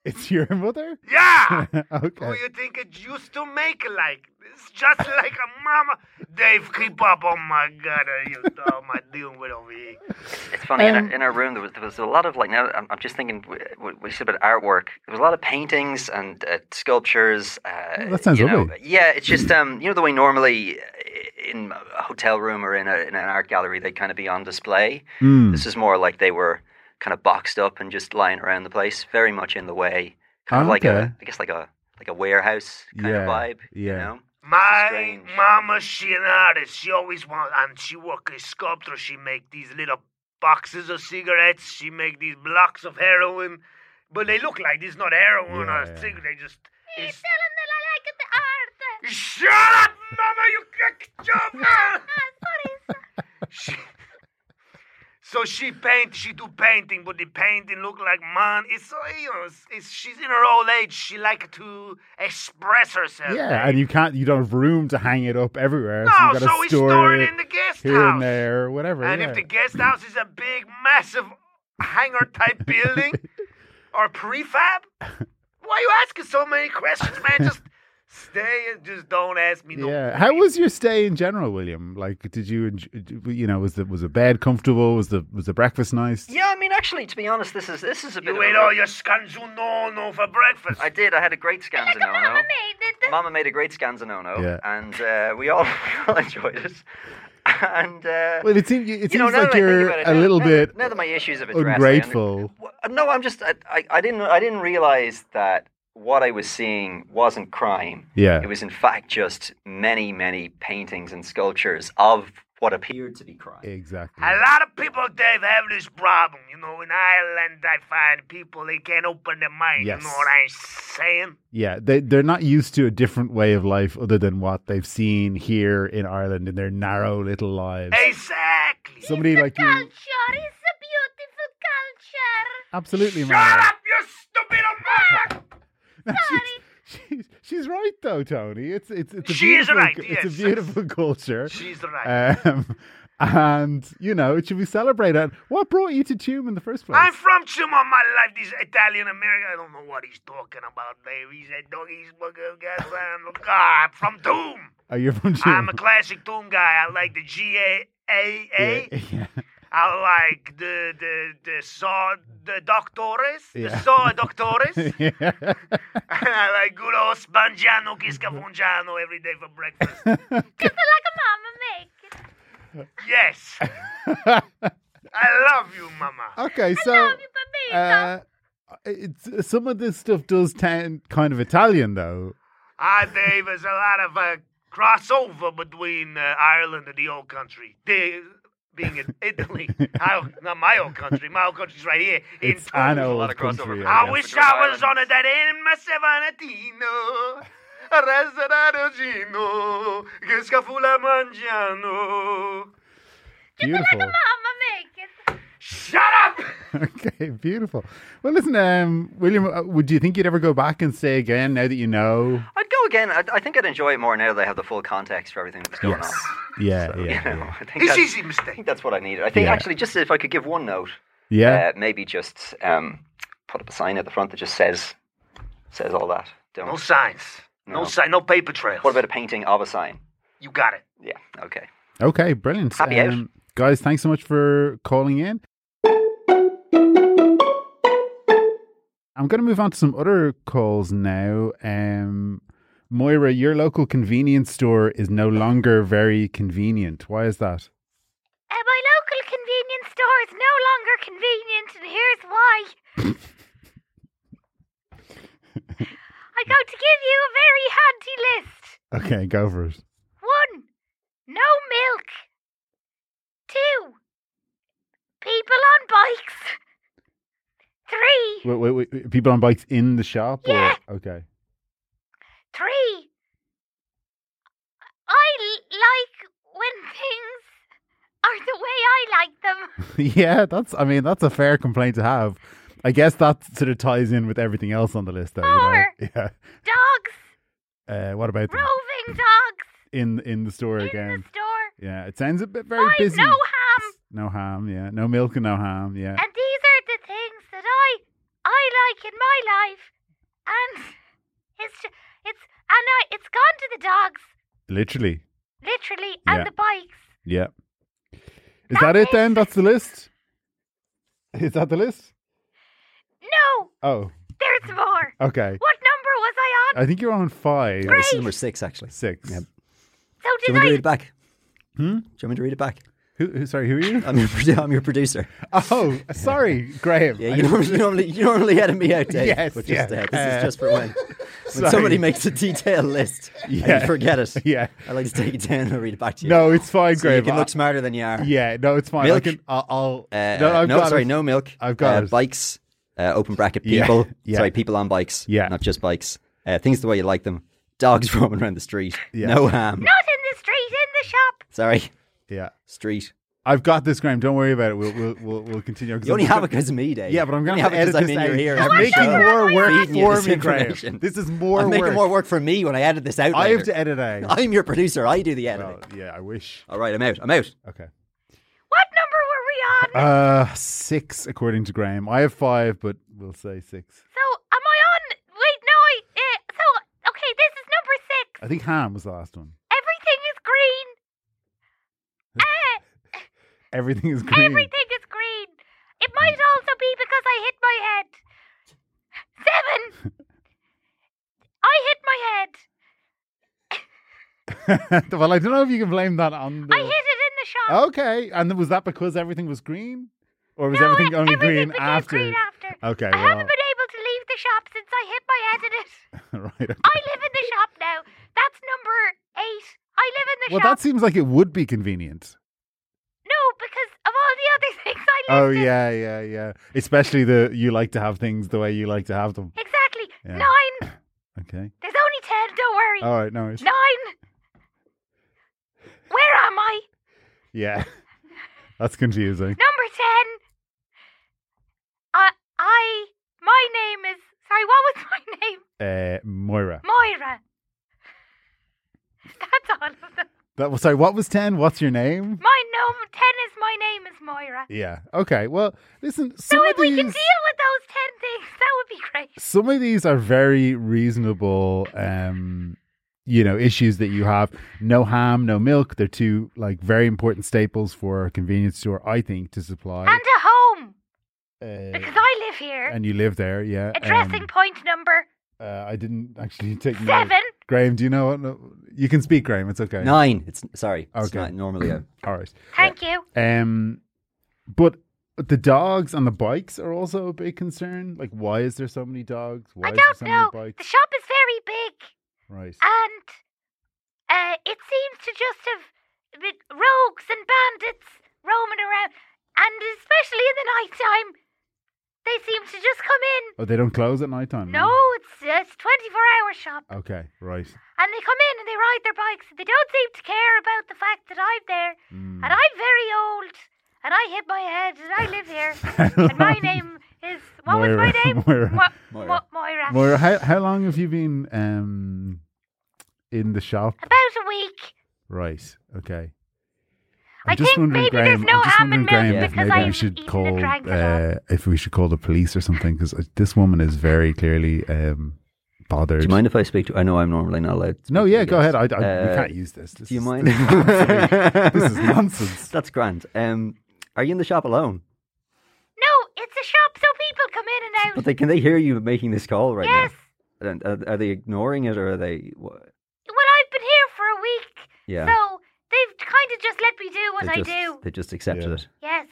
Speaker 2: It's your mother. <laughs>
Speaker 5: Yeah! Who
Speaker 2: okay.
Speaker 5: you think it used to make like this? Just <laughs> like a mama. Dave, keep up. Oh my god, are you oh my dealing with over here?
Speaker 4: It's funny in,
Speaker 2: Um,
Speaker 4: our, in our room there was, there was a lot of like now I'm, I'm just thinking we, we- we said about artwork. There was a lot of paintings and uh, sculptures. Uh,
Speaker 2: Oh, that sounds
Speaker 4: you know,
Speaker 2: lovely.
Speaker 4: Yeah, it's just um you know the way normally uh, in a hotel room or in, a, in an art gallery they kind of be on display.
Speaker 2: Mm.
Speaker 4: This is more like they were kind of boxed up and just lying around the place, very much in the way, kind of like
Speaker 2: Oh, Okay.
Speaker 4: a I guess like a like a warehouse kind
Speaker 2: Yeah,
Speaker 4: of vibe.
Speaker 2: yeah.
Speaker 4: You know?
Speaker 5: My
Speaker 4: strange.
Speaker 5: mama, she an artist. She always want, and she work a sculptor. She make these little boxes of cigarettes. She make these blocks of heroin, but they look like this, not heroin
Speaker 2: Yeah,
Speaker 5: or
Speaker 2: yeah.
Speaker 5: cigarette. They just. It's...
Speaker 3: Tell him that I like the art.
Speaker 5: Shut up, mama! You cock joker!
Speaker 3: <laughs> Ah, sorry.
Speaker 5: she, so she paint, she do painting, but the painting look like man. It's so you know, it's, it's she's in her old age. She like to express herself.
Speaker 2: Yeah, and you can't, you don't have room to hang it up everywhere.
Speaker 4: Oh,
Speaker 2: so you
Speaker 5: No, so
Speaker 2: got
Speaker 5: we
Speaker 2: to store
Speaker 5: store it
Speaker 2: it
Speaker 5: in the guest
Speaker 2: here
Speaker 5: house.
Speaker 2: and there, or whatever.
Speaker 5: And
Speaker 2: yeah.
Speaker 5: if the guest house is a big, massive hangar type building
Speaker 2: <laughs>
Speaker 5: or prefab, why you asking so many questions,
Speaker 2: <laughs>
Speaker 5: man? Just stay and just don't ask me no.
Speaker 2: yeah. How was your stay in general, William? Like, did you, enj- you know, was the was the bed comfortable? Was the was the breakfast nice?
Speaker 4: Yeah, I mean, actually, to be honest, this is this is a bit.
Speaker 5: You
Speaker 4: of a
Speaker 5: ate
Speaker 4: ro-
Speaker 5: all your scanzunono for breakfast.
Speaker 4: I did. I had a great scanzanono.
Speaker 3: Mama made it.
Speaker 4: Mama made a great scanzanono,
Speaker 2: Yeah.
Speaker 4: and uh, we all <laughs> we all enjoyed it. And uh,
Speaker 2: Well, it seems it seems
Speaker 4: you know, now
Speaker 2: like
Speaker 4: that I think
Speaker 2: you're
Speaker 4: about it,
Speaker 2: a
Speaker 4: now-
Speaker 2: little
Speaker 4: now that-
Speaker 2: bit
Speaker 4: now that my issues have addressed, I under-
Speaker 2: ungrateful.
Speaker 4: Well, No, I'm just. I, I, I didn't. I didn't realize that what I was seeing wasn't crime.
Speaker 2: Yeah.
Speaker 4: It was, in fact, just many, many paintings and sculptures of what appeared to be crime.
Speaker 2: Exactly.
Speaker 5: A lot of people, Dave, have this problem. You know, in Ireland, I find people, they can't open their mind.
Speaker 2: Yes.
Speaker 5: You know what I'm saying?
Speaker 2: Yeah, they they're not used to a different way of life other than what they've seen here in Ireland in their narrow little lives.
Speaker 5: Exactly.
Speaker 2: Somebody like you,
Speaker 3: Culture is a beautiful culture.
Speaker 2: absolutely,
Speaker 5: Shut
Speaker 2: Mara.
Speaker 5: up, you stupid American!
Speaker 2: <laughs> She's, she's, she's right though, Tony. It's it's it's a
Speaker 5: She is
Speaker 2: beautiful,
Speaker 5: right,
Speaker 2: It's a
Speaker 5: yes.
Speaker 2: beautiful culture,
Speaker 5: She's right.
Speaker 2: um, and you know it should be celebrated. And What brought you to Tume in the first place?
Speaker 5: I'm from Chimo. My life, this Italian American. I don't know what he's talking about, Dave. He's a dog. He's fucking goddamn. <laughs> God, I'm from Doom.
Speaker 2: oh, you're from Tume.
Speaker 5: I'm a classic Doom guy. I like the G A A A.
Speaker 2: yeah, yeah.
Speaker 5: I like the the the saw the doctores,
Speaker 2: Yeah.
Speaker 5: the saw doctores.
Speaker 2: <laughs> yeah.
Speaker 5: <laughs> I like good old spangiano kiscafungiano every day for
Speaker 2: <laughs>
Speaker 5: breakfast.
Speaker 3: Like a mama make it.
Speaker 2: <laughs>
Speaker 5: yes, I love you, Mama.
Speaker 2: okay, so.
Speaker 3: Baby.
Speaker 2: uh, it's, some of this stuff does sound kind of Italian, though.
Speaker 5: Ah, Dave, there's a lot of uh, crossover between uh, Ireland and the old country. They, being in
Speaker 2: <laughs>
Speaker 5: Italy, I, not my old country. My old country's right here. In
Speaker 2: It's an
Speaker 5: Turin.
Speaker 4: a
Speaker 2: old
Speaker 4: lot of crossover
Speaker 2: country.
Speaker 4: between
Speaker 2: I
Speaker 4: Yeah,
Speaker 5: I
Speaker 2: guess.
Speaker 4: we
Speaker 5: wish
Speaker 4: go to
Speaker 5: I was on
Speaker 4: Ireland.
Speaker 5: a that in my Savanatino. Resaradogino, Giscafula Mangiano.
Speaker 2: Beautiful.
Speaker 3: mama make it.
Speaker 5: Shut up!
Speaker 2: <laughs> Okay, beautiful. Well, listen, um, William, uh, would you think you'd ever go back and say again now that you know?
Speaker 4: I'd go again. I, I think I'd enjoy it more now that I have the full context for everything that's going on.
Speaker 2: Yeah, yeah,
Speaker 4: So, <laughs> you know,
Speaker 2: yeah.
Speaker 4: I think
Speaker 5: It's
Speaker 4: that's,
Speaker 5: easy
Speaker 4: I
Speaker 5: mistake.
Speaker 4: think that's what I needed. I think
Speaker 2: Yeah.
Speaker 4: actually, just if I could give one note,
Speaker 2: Yeah.
Speaker 4: uh, maybe just um, put up a sign at the front that just says says all that. Don't.
Speaker 5: No signs. No,
Speaker 4: No.
Speaker 5: sign. No paper trails.
Speaker 4: what about a painting of a sign?
Speaker 5: You got it.
Speaker 4: Yeah. Okay.
Speaker 2: Okay, brilliant. Um,
Speaker 4: Happy out.
Speaker 2: guys, thanks so much for calling in. I'm going to move on to some other calls now. Um, Moira, your local convenience store is no longer very convenient. Why is that?
Speaker 3: Uh, my local convenience store is no longer convenient, and here's why. I'm going to give you a very handy list.
Speaker 2: Okay, go for it.
Speaker 3: One, no milk. Two, people on bikes. Three,
Speaker 2: Wait, wait, wait. People on bikes in the shop?
Speaker 3: Yeah.
Speaker 2: Or? Okay. <laughs>
Speaker 3: three. I l- like when things are the way I like them.
Speaker 2: <laughs> yeah, that's, I mean, that's a fair complaint to have. I guess that sort of ties in with everything else on the list, though. You know? <laughs>
Speaker 3: Dogs,
Speaker 2: Yeah. Uh, what about them?
Speaker 3: roving dogs
Speaker 2: in in the store
Speaker 3: in
Speaker 2: again.
Speaker 3: the store.
Speaker 2: Yeah, it sounds a bit very
Speaker 3: I
Speaker 2: busy.
Speaker 3: no ham,
Speaker 2: No ham, yeah. No milk and no ham, yeah.
Speaker 3: and these are the things that I I like in my life, and it's ju- it's and I it's gone to the dogs
Speaker 2: Literally.
Speaker 3: literally and
Speaker 2: Yeah.
Speaker 3: the bikes.
Speaker 2: Yeah. Is that it then? That's the list? <laughs> Is that the list?
Speaker 3: No,
Speaker 2: Oh,
Speaker 3: there's more.
Speaker 2: okay.
Speaker 3: What number was I on?
Speaker 2: I think you're on five
Speaker 6: This is number six, actually.
Speaker 2: six.
Speaker 6: Yep.
Speaker 3: So
Speaker 6: Do you
Speaker 3: did
Speaker 6: want me
Speaker 3: I?
Speaker 6: to read it back?
Speaker 2: Hmm?
Speaker 6: Do you want me to read it back?
Speaker 2: Who, who? Sorry, who are
Speaker 4: <laughs>
Speaker 2: you? <laughs>
Speaker 4: I'm your, produ- I'm your producer.
Speaker 2: Oh, sorry, Graham.
Speaker 4: Yeah, you normally, you normally, you normally edit me out, Dave.
Speaker 2: Yes,
Speaker 4: but just,
Speaker 2: yeah.
Speaker 4: uh, this
Speaker 2: Uh,
Speaker 4: is just for
Speaker 2: <laughs>
Speaker 4: when,
Speaker 2: sorry.
Speaker 4: when somebody makes a detailed list
Speaker 2: <laughs>
Speaker 4: and
Speaker 2: Yeah.
Speaker 4: you forget it.
Speaker 2: <laughs> Yeah.
Speaker 4: I like to take it down and read it back to you.
Speaker 2: No, it's fine,
Speaker 4: so you
Speaker 2: Graham.
Speaker 4: can
Speaker 2: I-
Speaker 4: look smarter than you are.
Speaker 2: yeah, no, it's fine. I
Speaker 4: Milk?
Speaker 2: can, I'll. I'll
Speaker 4: Uh,
Speaker 2: no,
Speaker 4: no,
Speaker 2: I've got
Speaker 4: sorry,
Speaker 2: it.
Speaker 4: no milk.
Speaker 2: I've got
Speaker 4: uh,
Speaker 2: it.
Speaker 4: bikes. Uh, open bracket
Speaker 2: Yeah,
Speaker 4: people.
Speaker 2: yeah.
Speaker 4: Sorry, people on bikes.
Speaker 2: Yeah.
Speaker 4: not just bikes. Uh, things the way you like them. Dogs <laughs> roaming around the street.
Speaker 2: Yeah.
Speaker 4: No ham.
Speaker 3: Not in the street, in the shop.
Speaker 4: Sorry,
Speaker 2: Yeah,
Speaker 4: street.
Speaker 2: I've got this, Graham. Don't worry about it. We'll we'll we'll, we'll continue. 'cause
Speaker 4: You only
Speaker 2: I'm-
Speaker 4: have it because of me, Dave.
Speaker 2: Yeah, but I'm
Speaker 4: You
Speaker 2: going to
Speaker 4: only have
Speaker 2: have
Speaker 4: it
Speaker 2: to edit
Speaker 4: 'cause
Speaker 2: this
Speaker 4: I'm in
Speaker 2: out.
Speaker 4: your ear.
Speaker 2: You're
Speaker 4: every
Speaker 2: making
Speaker 4: show.
Speaker 2: more work
Speaker 4: Feeding you
Speaker 2: for
Speaker 4: this
Speaker 2: me, Graham.
Speaker 4: information.
Speaker 2: <laughs> This is more
Speaker 4: I'm making
Speaker 2: work.
Speaker 4: more work for me when I edit this out.
Speaker 2: I have
Speaker 4: later.
Speaker 2: to
Speaker 4: <laughs>
Speaker 2: edit Oh. it out.
Speaker 4: I'm your producer. I do the editing.
Speaker 2: Well, yeah, I wish.
Speaker 4: All right, I'm out. I'm out.
Speaker 2: Okay.
Speaker 3: What number were we on?
Speaker 2: Uh, six according to Graham. I have five, but we'll say six.
Speaker 3: So am I on? Wait, no, I. Uh, so okay, this is number six.
Speaker 2: I think Ham was the last one.
Speaker 3: Everything is green. Eh,
Speaker 2: Everything is green.
Speaker 3: everything is green. It might
Speaker 2: Mm.
Speaker 3: also be because I hit my head. Seven. I hit my head.
Speaker 2: <laughs> well, I don't know if you can blame that on the.
Speaker 3: I hit it in the shop.
Speaker 2: Okay, and was that because everything was green, or oh, was
Speaker 3: No,
Speaker 2: everything
Speaker 3: e-
Speaker 2: only
Speaker 3: everything
Speaker 2: green
Speaker 3: became
Speaker 2: after?
Speaker 3: green after.
Speaker 2: Okay,
Speaker 3: I
Speaker 2: well,
Speaker 3: haven't been able to leave the shop since I hit my head in it.
Speaker 2: <laughs> right. okay.
Speaker 3: I live in the shop now. That's number eight. I live in the
Speaker 2: Well,
Speaker 3: shop.
Speaker 2: that seems like it would be convenient.
Speaker 3: No, because of all the other <laughs> things I live
Speaker 2: Oh
Speaker 3: in.
Speaker 2: yeah, yeah, yeah. Especially the you like to have things the way you like to have them.
Speaker 3: Exactly.
Speaker 2: Yeah.
Speaker 3: Nine.
Speaker 2: Okay.
Speaker 3: There's only ten, don't worry.
Speaker 2: All right. No. worries.
Speaker 3: Nine. Where am I?
Speaker 2: Yeah. <laughs> That's confusing.
Speaker 3: Number ten. I, I, my name is, sorry, what was <laughs> my name?
Speaker 2: Uh, Moira.
Speaker 3: Moira. That's all of them.
Speaker 2: That was sorry. What was ten? What's your name?
Speaker 3: My no, ten is my name is Moira.
Speaker 2: Yeah. Okay. Well, listen.
Speaker 3: So
Speaker 2: Some
Speaker 3: if
Speaker 2: of
Speaker 3: we
Speaker 2: these.
Speaker 3: can deal with those ten things, that would be great.
Speaker 2: some of these are very reasonable um you know issues that you have no ham no milk they're two like very important staples for a convenience store i think to supply
Speaker 3: And a home,
Speaker 2: uh,
Speaker 3: because I live here.
Speaker 2: and you live there yeah
Speaker 3: Addressing
Speaker 2: um,
Speaker 3: point number
Speaker 2: uh, i didn't actually <laughs> take note.
Speaker 3: seven.
Speaker 2: graham do you know what no, you can speak graham it's okay
Speaker 4: Nine. It's sorry. It's
Speaker 2: Okay.
Speaker 4: not normally a
Speaker 2: all right
Speaker 3: Thank you.
Speaker 2: um but the dogs and the bikes are also a big concern like why is there so many dogs why
Speaker 3: I
Speaker 2: is there
Speaker 3: don't
Speaker 2: so
Speaker 3: know.
Speaker 2: many
Speaker 3: The
Speaker 2: bikes
Speaker 3: shop is very big.
Speaker 2: right
Speaker 3: And uh, it seems to just have the rogues and bandits roaming around, and especially in the night time, they seem to just come in.
Speaker 2: oh they don't close at night time
Speaker 3: No, it's uh, it's twenty four hour shop,
Speaker 2: okay right
Speaker 3: and they come in and they ride their bikes. They don't seem to care about the fact that I'm there,
Speaker 2: Mm.
Speaker 3: and I'm very old, and I hit my head, and I live here,
Speaker 2: <laughs>
Speaker 3: and
Speaker 4: <laughs>
Speaker 3: my name is what was my
Speaker 2: Moira,
Speaker 3: name?
Speaker 2: Moira.
Speaker 4: Moira.
Speaker 3: Mo- Moira.
Speaker 2: Moira, how, how long have you been um, in the shop?
Speaker 3: About a week.
Speaker 2: Right. Okay.
Speaker 3: I think maybe there's no
Speaker 2: I'm just
Speaker 3: ham and
Speaker 2: wondering, Graham,
Speaker 3: milk
Speaker 2: if
Speaker 3: because
Speaker 2: maybe
Speaker 3: I
Speaker 2: I
Speaker 3: haven't
Speaker 2: should
Speaker 3: eaten
Speaker 2: call
Speaker 3: and drank at all.
Speaker 2: uh, if we should call the police or something because this woman is very clearly um, bothered.
Speaker 4: Do you mind if I speak to? I know I'm normally not allowed. To
Speaker 2: No,
Speaker 4: speak to
Speaker 2: yeah,
Speaker 4: you
Speaker 2: go
Speaker 4: guys.
Speaker 2: ahead. I, I, we
Speaker 4: Uh,
Speaker 2: can't use this. This
Speaker 4: Do you
Speaker 2: is-
Speaker 4: mind?
Speaker 2: <laughs> This
Speaker 4: <laughs>
Speaker 2: is nonsense.
Speaker 4: That's grand. Um, are you in the shop alone?
Speaker 3: No, it's a shop, so people come in and out.
Speaker 4: But they, can they hear you making this call right
Speaker 3: yes.
Speaker 4: now? And Are, are they ignoring it or are they? wha-
Speaker 3: Well, I've been here for a week,
Speaker 4: Yeah.
Speaker 3: so they've kind of just let me do what
Speaker 4: they
Speaker 3: I
Speaker 4: just,
Speaker 3: do.
Speaker 4: They just accepted
Speaker 2: Yeah.
Speaker 4: it. <laughs>
Speaker 3: Yes.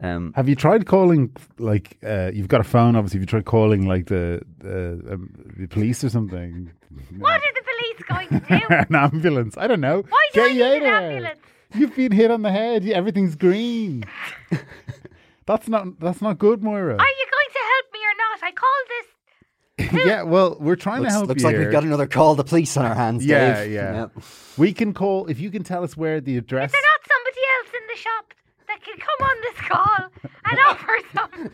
Speaker 4: Um,
Speaker 2: Have you tried calling? Like, uh, you've got a phone, obviously. Have you tried calling like the the, um, the police or something?
Speaker 3: What are the police going to
Speaker 4: <laughs>
Speaker 3: do?
Speaker 2: <laughs> an ambulance. I don't know.
Speaker 3: Why do
Speaker 2: Get
Speaker 3: I
Speaker 2: you
Speaker 3: need
Speaker 2: out
Speaker 3: an
Speaker 2: of there.
Speaker 3: ambulance?
Speaker 2: You've been hit on the head. You- Everything's
Speaker 3: <laughs>
Speaker 2: green. that's not. That's not good, Moira.
Speaker 3: Are you going to help me or not? I call this.
Speaker 2: <laughs> yeah. Well, we're trying to
Speaker 4: looks
Speaker 2: help
Speaker 4: looks
Speaker 2: you.
Speaker 4: like
Speaker 2: here.
Speaker 4: we've got another call. The police on our hands.
Speaker 2: Yeah,
Speaker 4: Dave.
Speaker 2: yeah. We can call if you can tell us where the address.
Speaker 3: They're not somebody else in the shop that can come on this call
Speaker 4: <laughs>
Speaker 3: and offer some.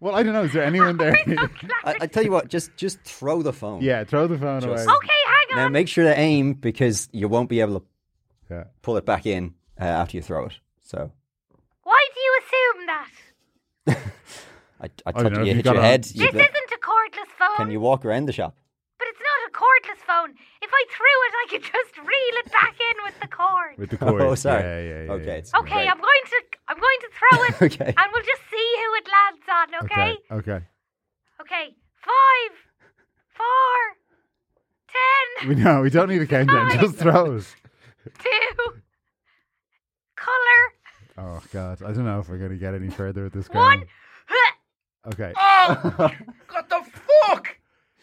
Speaker 2: Well, I don't know. Is there anyone
Speaker 3: <laughs>
Speaker 2: there?
Speaker 4: <laughs> I, I tell you what, just just throw the
Speaker 2: <laughs>
Speaker 4: phone.
Speaker 2: yeah. Throw the phone
Speaker 4: Just-
Speaker 2: away.
Speaker 3: Okay, hang
Speaker 4: Now
Speaker 3: on.
Speaker 4: make sure to aim because you won't be able to
Speaker 2: Yeah.
Speaker 4: pull it back in uh, after you throw it. So
Speaker 3: Why do you assume that?
Speaker 4: I, I
Speaker 2: don't
Speaker 4: told
Speaker 2: know
Speaker 4: you,
Speaker 2: if
Speaker 4: you
Speaker 2: you
Speaker 4: hit
Speaker 2: got
Speaker 4: your
Speaker 2: a-
Speaker 4: head. you-
Speaker 3: This isn't a cordless phone,
Speaker 4: can you walk around the shop? <laughs>
Speaker 3: but it's not a cordless phone. If I threw it, I could just reel it back in with the cord.
Speaker 2: With the cord.
Speaker 4: <laughs> Oh, sorry.
Speaker 2: Yeah, yeah, yeah,
Speaker 4: okay.
Speaker 2: yeah.
Speaker 4: It's
Speaker 3: Okay,
Speaker 4: great.
Speaker 3: I'm going to I'm going to throw
Speaker 4: <laughs>
Speaker 3: it
Speaker 4: Okay.
Speaker 3: and we'll just see who it lands on, okay?
Speaker 2: Okay. okay.
Speaker 3: Okay. Five four ten
Speaker 2: We
Speaker 3: <laughs>
Speaker 2: no, we don't need a countdown. Just throw us.
Speaker 3: two color
Speaker 2: Oh God, I don't know if we're gonna get any further with this
Speaker 3: One.
Speaker 2: going. Okay.
Speaker 5: Oh, what the fuck?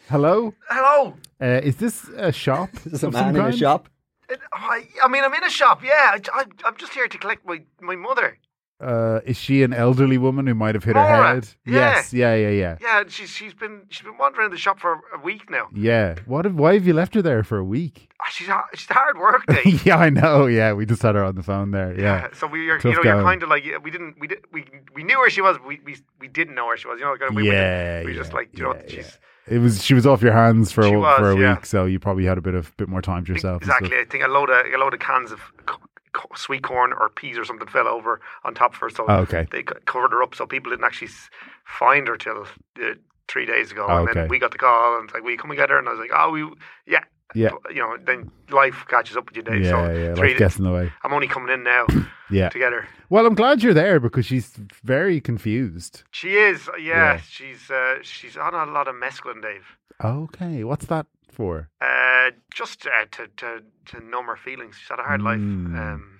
Speaker 2: Hello.
Speaker 5: Hello.
Speaker 2: Uh, is this a
Speaker 4: <laughs>
Speaker 2: shop?
Speaker 6: There's a
Speaker 2: of some
Speaker 6: man in a
Speaker 2: kind?
Speaker 6: shop.
Speaker 5: It- I, I mean, I'm in a shop. Yeah, I, am just here to collect my, my mother.
Speaker 2: Uh, is she an elderly woman who might have hit her
Speaker 5: Laura,
Speaker 2: head?
Speaker 5: yeah.
Speaker 2: Yes. Yeah. Yeah. Yeah.
Speaker 5: Yeah, and she's she's been she's been wandering the shop for a week now.
Speaker 2: Yeah. What? Have, why have you left her there for a week?
Speaker 5: Ah, She's ha- she's hard work
Speaker 2: <laughs>
Speaker 5: day.
Speaker 2: yeah, I know. Yeah, we just had her on the phone there. Yeah.
Speaker 5: So we are,
Speaker 2: Tough
Speaker 5: you know, you're
Speaker 2: going.
Speaker 5: kind of like yeah, we didn't, we did, we we knew where she was, but we we, we didn't know where she was. You know, like, uh, we, we
Speaker 2: Yeah,
Speaker 5: didn't- we
Speaker 2: yeah,
Speaker 5: just like, you
Speaker 2: yeah,
Speaker 5: know,
Speaker 2: yeah.
Speaker 5: she's
Speaker 2: It was. She was off your hands for a,
Speaker 5: She was,
Speaker 2: for a
Speaker 5: yeah.
Speaker 2: week, so you probably had a bit of bit more time to yourself. and stuff.
Speaker 5: exactly. I think a load of a load of cans of co- co- sweet corn or peas or something fell over on top of her, so
Speaker 2: Oh, okay.
Speaker 5: they co- covered her up, so people didn't actually s- find her till uh, three days ago.
Speaker 2: Oh,
Speaker 5: and then
Speaker 2: okay.
Speaker 5: we got the call and it's like, "Will you come and get her?" And I was like, "Oh, we, yeah."
Speaker 2: Yeah.
Speaker 5: You know, then life catches up with you. Dave.
Speaker 2: Yeah,
Speaker 5: so
Speaker 2: yeah,
Speaker 5: three
Speaker 2: like
Speaker 5: days-
Speaker 2: guessing the way.
Speaker 5: I'm only coming in
Speaker 2: <coughs>
Speaker 5: now
Speaker 2: Yeah.
Speaker 5: to get her.
Speaker 2: Well, I'm glad you're there because she's very confused.
Speaker 5: She is, yeah.
Speaker 2: Yeah.
Speaker 5: She's uh, she's on a lot of mescaline, Dave.
Speaker 2: Okay, what's that for?
Speaker 5: Uh, just uh, to to to numb her feelings. She's had a hard life.
Speaker 2: Mm.
Speaker 5: Um,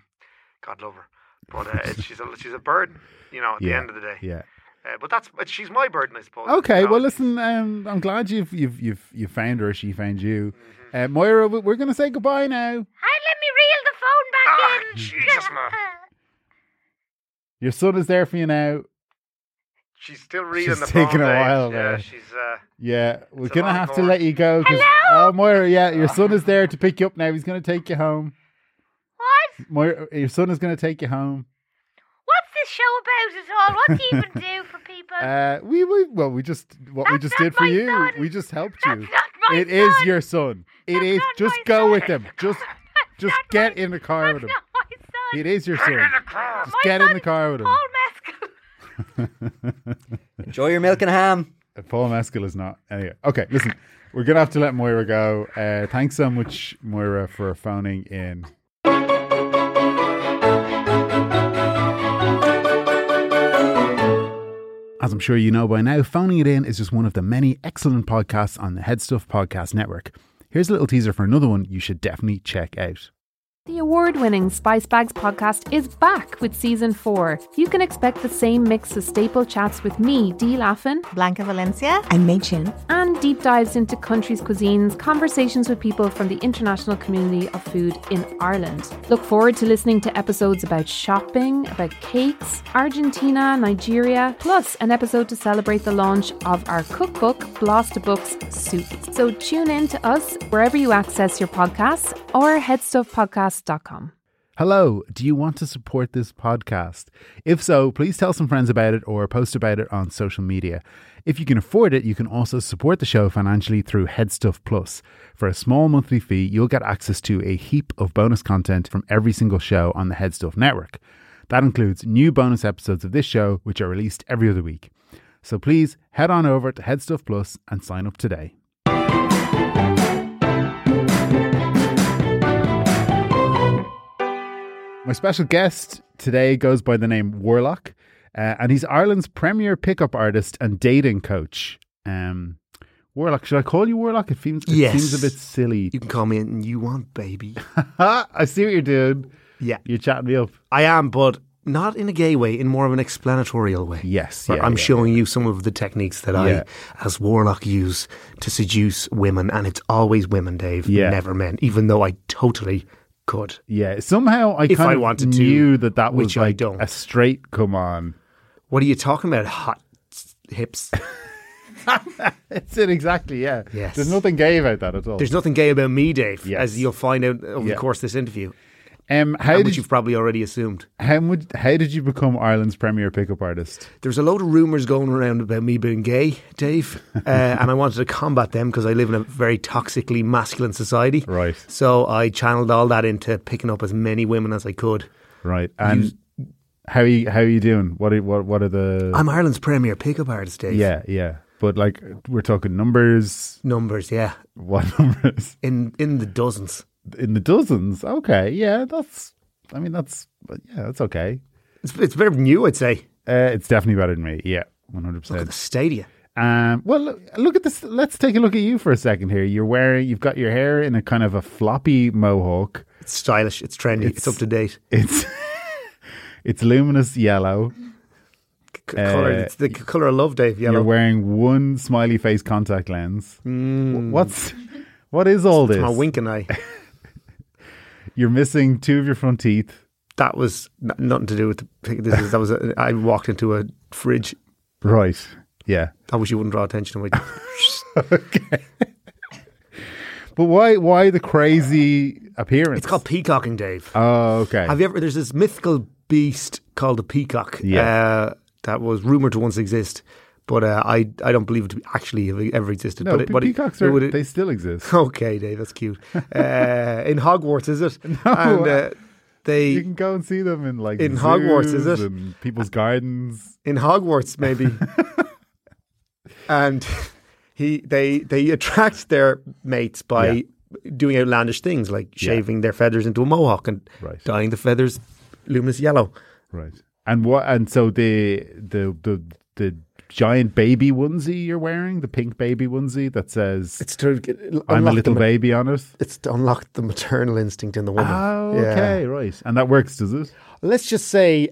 Speaker 5: God love her, but
Speaker 2: <laughs>
Speaker 5: uh, it's- she's a she's a burden, you know. At
Speaker 2: Yeah,
Speaker 5: the end of the day,
Speaker 2: Yeah.
Speaker 5: uh, but that's but she's my burden, I suppose.
Speaker 2: Okay.
Speaker 5: you know.
Speaker 2: Well, listen. Um, I'm glad you've you've you've you found her. She found you.
Speaker 5: Mm-hmm.
Speaker 2: Uh, Moira, we- we're gonna say goodbye now.
Speaker 3: Hey, let me reel the phone back
Speaker 5: Ah,
Speaker 3: in.
Speaker 5: Jesus, man.
Speaker 2: Your son is there for you now.
Speaker 5: She's still reading
Speaker 2: She's
Speaker 5: the phone,
Speaker 2: taking a
Speaker 5: Dave.
Speaker 2: while
Speaker 5: Yeah,
Speaker 2: there.
Speaker 5: she's uh,
Speaker 2: Yeah, we're
Speaker 5: It's a
Speaker 2: gonna
Speaker 5: long
Speaker 2: have to
Speaker 5: call.
Speaker 2: let you go. 'cause-
Speaker 3: Hello?
Speaker 2: Oh, Moira. Yeah, your son is there to pick you up now. He's gonna take you home.
Speaker 3: <laughs> What?
Speaker 2: Moira, your son is gonna take you home.
Speaker 3: What's this show about at all? What do you even do for
Speaker 2: <laughs>
Speaker 3: people?
Speaker 2: Uh, we we well, we just what we
Speaker 3: That's
Speaker 2: just
Speaker 3: not
Speaker 2: did for
Speaker 3: my
Speaker 2: you.
Speaker 3: son.
Speaker 2: We just helped
Speaker 3: That's
Speaker 2: you.
Speaker 3: not my
Speaker 2: It is
Speaker 3: son.
Speaker 2: your son. It
Speaker 3: That's
Speaker 2: is.
Speaker 3: not
Speaker 2: Just
Speaker 3: my
Speaker 2: go
Speaker 3: son.
Speaker 2: with
Speaker 3: <laughs>
Speaker 2: him. Just just
Speaker 3: not
Speaker 2: get
Speaker 3: my-
Speaker 2: in the car with
Speaker 3: That's
Speaker 2: him.
Speaker 3: not my son.
Speaker 2: It is your son.
Speaker 5: ah.
Speaker 2: Just
Speaker 3: My
Speaker 2: get in the
Speaker 3: son's
Speaker 2: car with him.
Speaker 3: Paul Mescal. <laughs>
Speaker 6: Enjoy your milk and ham.
Speaker 2: Paul Mescal is not. Anyway, okay. Listen, we're gonna have to let Moira go. Uh, thanks so much, Moira, for phoning in. As I'm sure you know by now, Phoning It In is just one of the many excellent podcasts on the Head Stuff Podcast Network. Here's a little teaser for another one you should definitely check out.
Speaker 7: The award winning Spice Bags podcast is back with season four. You can expect the same mix of staple chats with me, Dee Laffin,
Speaker 8: Blanca Valencia and Mei Chin.
Speaker 7: and deep dives into countries' cuisines, conversations with people from the international community of food in Ireland. Look forward to listening to episodes about shopping, about cakes, Argentina, Nigeria, plus an episode to celebrate the launch of our cookbook, Blast to Books Soup. So tune in to us wherever you access your podcasts or headstuffpodcast.com.
Speaker 2: Hello, do you want to support this podcast? If so, please tell some friends about it or post about it on social media. If you can afford it, you can also support the show financially through Headstuff Plus. For a small monthly fee, you'll get access to a heap of bonus content from every single show on the Headstuff network. That includes new bonus episodes of this show, which are released every other week. So please head on over to Headstuff Plus and sign up today. My special guest today goes by the name Warlock, uh, and he's Ireland's premier pickup artist and dating coach. Um, Warlock, should I call you Warlock? It seems it
Speaker 9: Yes.
Speaker 2: seems a bit silly.
Speaker 9: You can call me anything you want, baby.
Speaker 2: <laughs> I see what you're doing.
Speaker 9: Yeah.
Speaker 2: You're chatting me up.
Speaker 9: I am, but not in a gay way, in more of an explanatorial way.
Speaker 2: Yes,
Speaker 9: Where
Speaker 2: yeah,
Speaker 9: I'm
Speaker 2: yeah,
Speaker 9: showing you some of the techniques that
Speaker 2: Yeah.
Speaker 9: I, as Warlock, use to seduce women, and it's always women, Dave,
Speaker 2: Yeah.
Speaker 9: never men, even though I totally could.
Speaker 2: Yeah, somehow I
Speaker 9: If
Speaker 2: kind
Speaker 9: I
Speaker 2: of
Speaker 9: wanted to,
Speaker 2: knew that that was
Speaker 9: which I
Speaker 2: like
Speaker 9: don't.
Speaker 2: a straight come on.
Speaker 9: What are you talking about? Hot s- hips.
Speaker 2: That's it exactly. Yeah.
Speaker 9: Yes.
Speaker 2: There's nothing gay about that at all.
Speaker 9: There's nothing gay about me,
Speaker 2: <laughs>
Speaker 9: Dave,
Speaker 2: Yes.
Speaker 9: as you'll find out over
Speaker 2: Yeah.
Speaker 9: the course of this interview,
Speaker 2: um, how
Speaker 9: and
Speaker 2: did
Speaker 9: which
Speaker 2: you,
Speaker 9: you've probably already assumed.
Speaker 2: how would how did you become Ireland's premier pickup artist?
Speaker 9: There's a load of rumours going around about me being gay,
Speaker 2: <laughs>
Speaker 9: Dave, uh, and I wanted to combat them because I live in a very toxically masculine society.
Speaker 2: Right.
Speaker 9: So I channeled all that into picking up as many women as I could.
Speaker 2: Right. And how are you how are you doing? What are, what what are the
Speaker 9: I'm Ireland's premier pickup artist, Dave.
Speaker 2: Yeah, yeah. But like we're talking numbers, <laughs>
Speaker 9: Numbers, yeah,
Speaker 2: what numbers?
Speaker 9: in in the dozens.
Speaker 2: In the dozens. Okay. Yeah, that's I mean that's yeah, that's okay.
Speaker 9: It's, it's better than you, I'd say.
Speaker 2: Uh, it's definitely better than me. Yeah, one hundred
Speaker 9: Look
Speaker 2: percent.
Speaker 9: at the stadia.
Speaker 2: Um, well, look, look at this. Let's take a look at you for a second here. You're wearing, you've got your hair in a kind of a floppy mohawk.
Speaker 9: It's stylish. It's trendy. It's,
Speaker 2: It's- <laughs>
Speaker 9: up to date.
Speaker 2: It's It's luminous yellow.
Speaker 9: C- color.
Speaker 2: Uh,
Speaker 9: It's the c- color of love, Dave. Yellow.
Speaker 2: You're wearing one smiley face contact lens. Wh- What's what is all
Speaker 9: Mm. It's
Speaker 2: this?
Speaker 9: my
Speaker 2: <laughs>
Speaker 9: winking eye.
Speaker 2: You're missing two of your front teeth.
Speaker 9: That was n- nothing to do with the pic- this. Is, that was a, I walked into a fridge.
Speaker 2: Right. Yeah.
Speaker 9: I wish you wouldn't draw attention to my.
Speaker 2: But why why the crazy appearance?
Speaker 9: it's called peacocking, Dave.
Speaker 2: Oh, okay.
Speaker 9: Have you ever? There's this mythical beast called the peacock.
Speaker 2: Yeah.
Speaker 9: Uh, that was rumored to once exist, but uh, I I don't believe it to be actually have ever existed.
Speaker 2: no,
Speaker 9: but it,
Speaker 2: pe-
Speaker 9: but it-
Speaker 2: peacocks
Speaker 9: it
Speaker 2: are
Speaker 9: would- it- <laughs> Oh.
Speaker 2: they still exist.
Speaker 9: okay, Dave.
Speaker 2: <laughs>
Speaker 9: That's cute. <laughs> Uh, in Hogwarts,
Speaker 5: <laughs>
Speaker 9: is it? No.
Speaker 2: uh,
Speaker 9: they
Speaker 2: You can go and see them in like
Speaker 9: In Hogwarts, is
Speaker 2: zoos
Speaker 9: it?
Speaker 2: And people's gardens.
Speaker 9: in Hogwarts, <laughs> maybe. and he they they attract their mates by doing outlandish things like shaving their feathers into a mohawk and
Speaker 2: Right.
Speaker 9: dyeing the feathers luminous yellow.
Speaker 2: Right. And what? And so the the the the giant baby onesie you're wearing, the pink baby onesie that says
Speaker 9: It's to get,
Speaker 2: "I'm a
Speaker 9: unlock
Speaker 2: little
Speaker 9: the, ma-
Speaker 2: baby" on it.
Speaker 9: It's to unlock the maternal instinct in the woman.
Speaker 2: Oh,
Speaker 9: Yeah.
Speaker 2: okay, right. And that works, does it?
Speaker 9: Let's just say.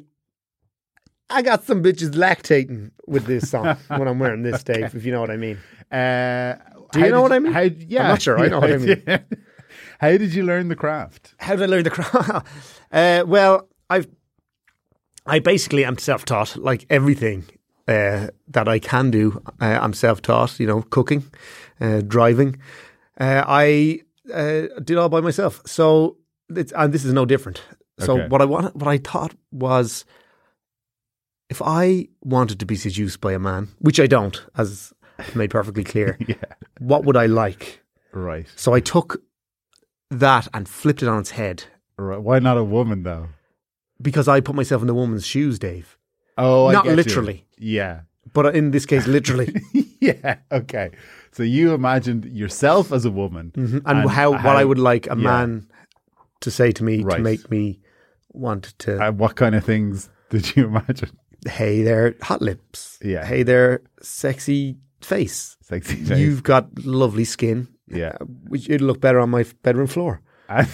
Speaker 9: I got some bitches lactating with this <laughs> song when I'm wearing this, Dave, if you know what I mean.
Speaker 2: Uh,
Speaker 9: Do you
Speaker 2: how
Speaker 9: know
Speaker 2: did
Speaker 9: what I mean?
Speaker 2: How,
Speaker 9: I'm
Speaker 2: yeah,
Speaker 9: not sure I
Speaker 2: yeah,
Speaker 9: know what I mean.
Speaker 2: yeah. <laughs> How did you learn the craft?
Speaker 9: How did I learn the craft? <laughs> uh, well, I've I basically am self-taught. Like everything uh, that I can do, uh, I'm self-taught. You know, cooking, uh, driving. Uh, I uh, did all by myself. So, it's, and this is no different. So,
Speaker 2: Okay.
Speaker 9: what I want, what I thought was, if I wanted to be seduced by a man, which I don't, as made perfectly clear, what would I like?
Speaker 2: Right.
Speaker 9: So I took that and flipped it on its head
Speaker 2: right. Why not a woman though?
Speaker 9: because I put myself in the woman's shoes, Dave.
Speaker 2: Oh, I
Speaker 9: Not
Speaker 2: get you.
Speaker 9: literally.
Speaker 2: Yeah. <laughs>
Speaker 9: But in this case, literally,
Speaker 2: yeah. Okay. So you imagined yourself as a woman,
Speaker 9: and, how what I would like a
Speaker 2: yeah.
Speaker 9: man to say to me
Speaker 2: Right.
Speaker 9: to make me want to.
Speaker 2: and Uh, what kind of things did you imagine? <laughs>
Speaker 9: hey there, hot lips.
Speaker 2: Yeah.
Speaker 9: Hey there, sexy face.
Speaker 2: Sexy. face.
Speaker 9: You've got lovely skin.
Speaker 2: Yeah.
Speaker 9: Which it'd look better on my f- bedroom floor.
Speaker 2: and,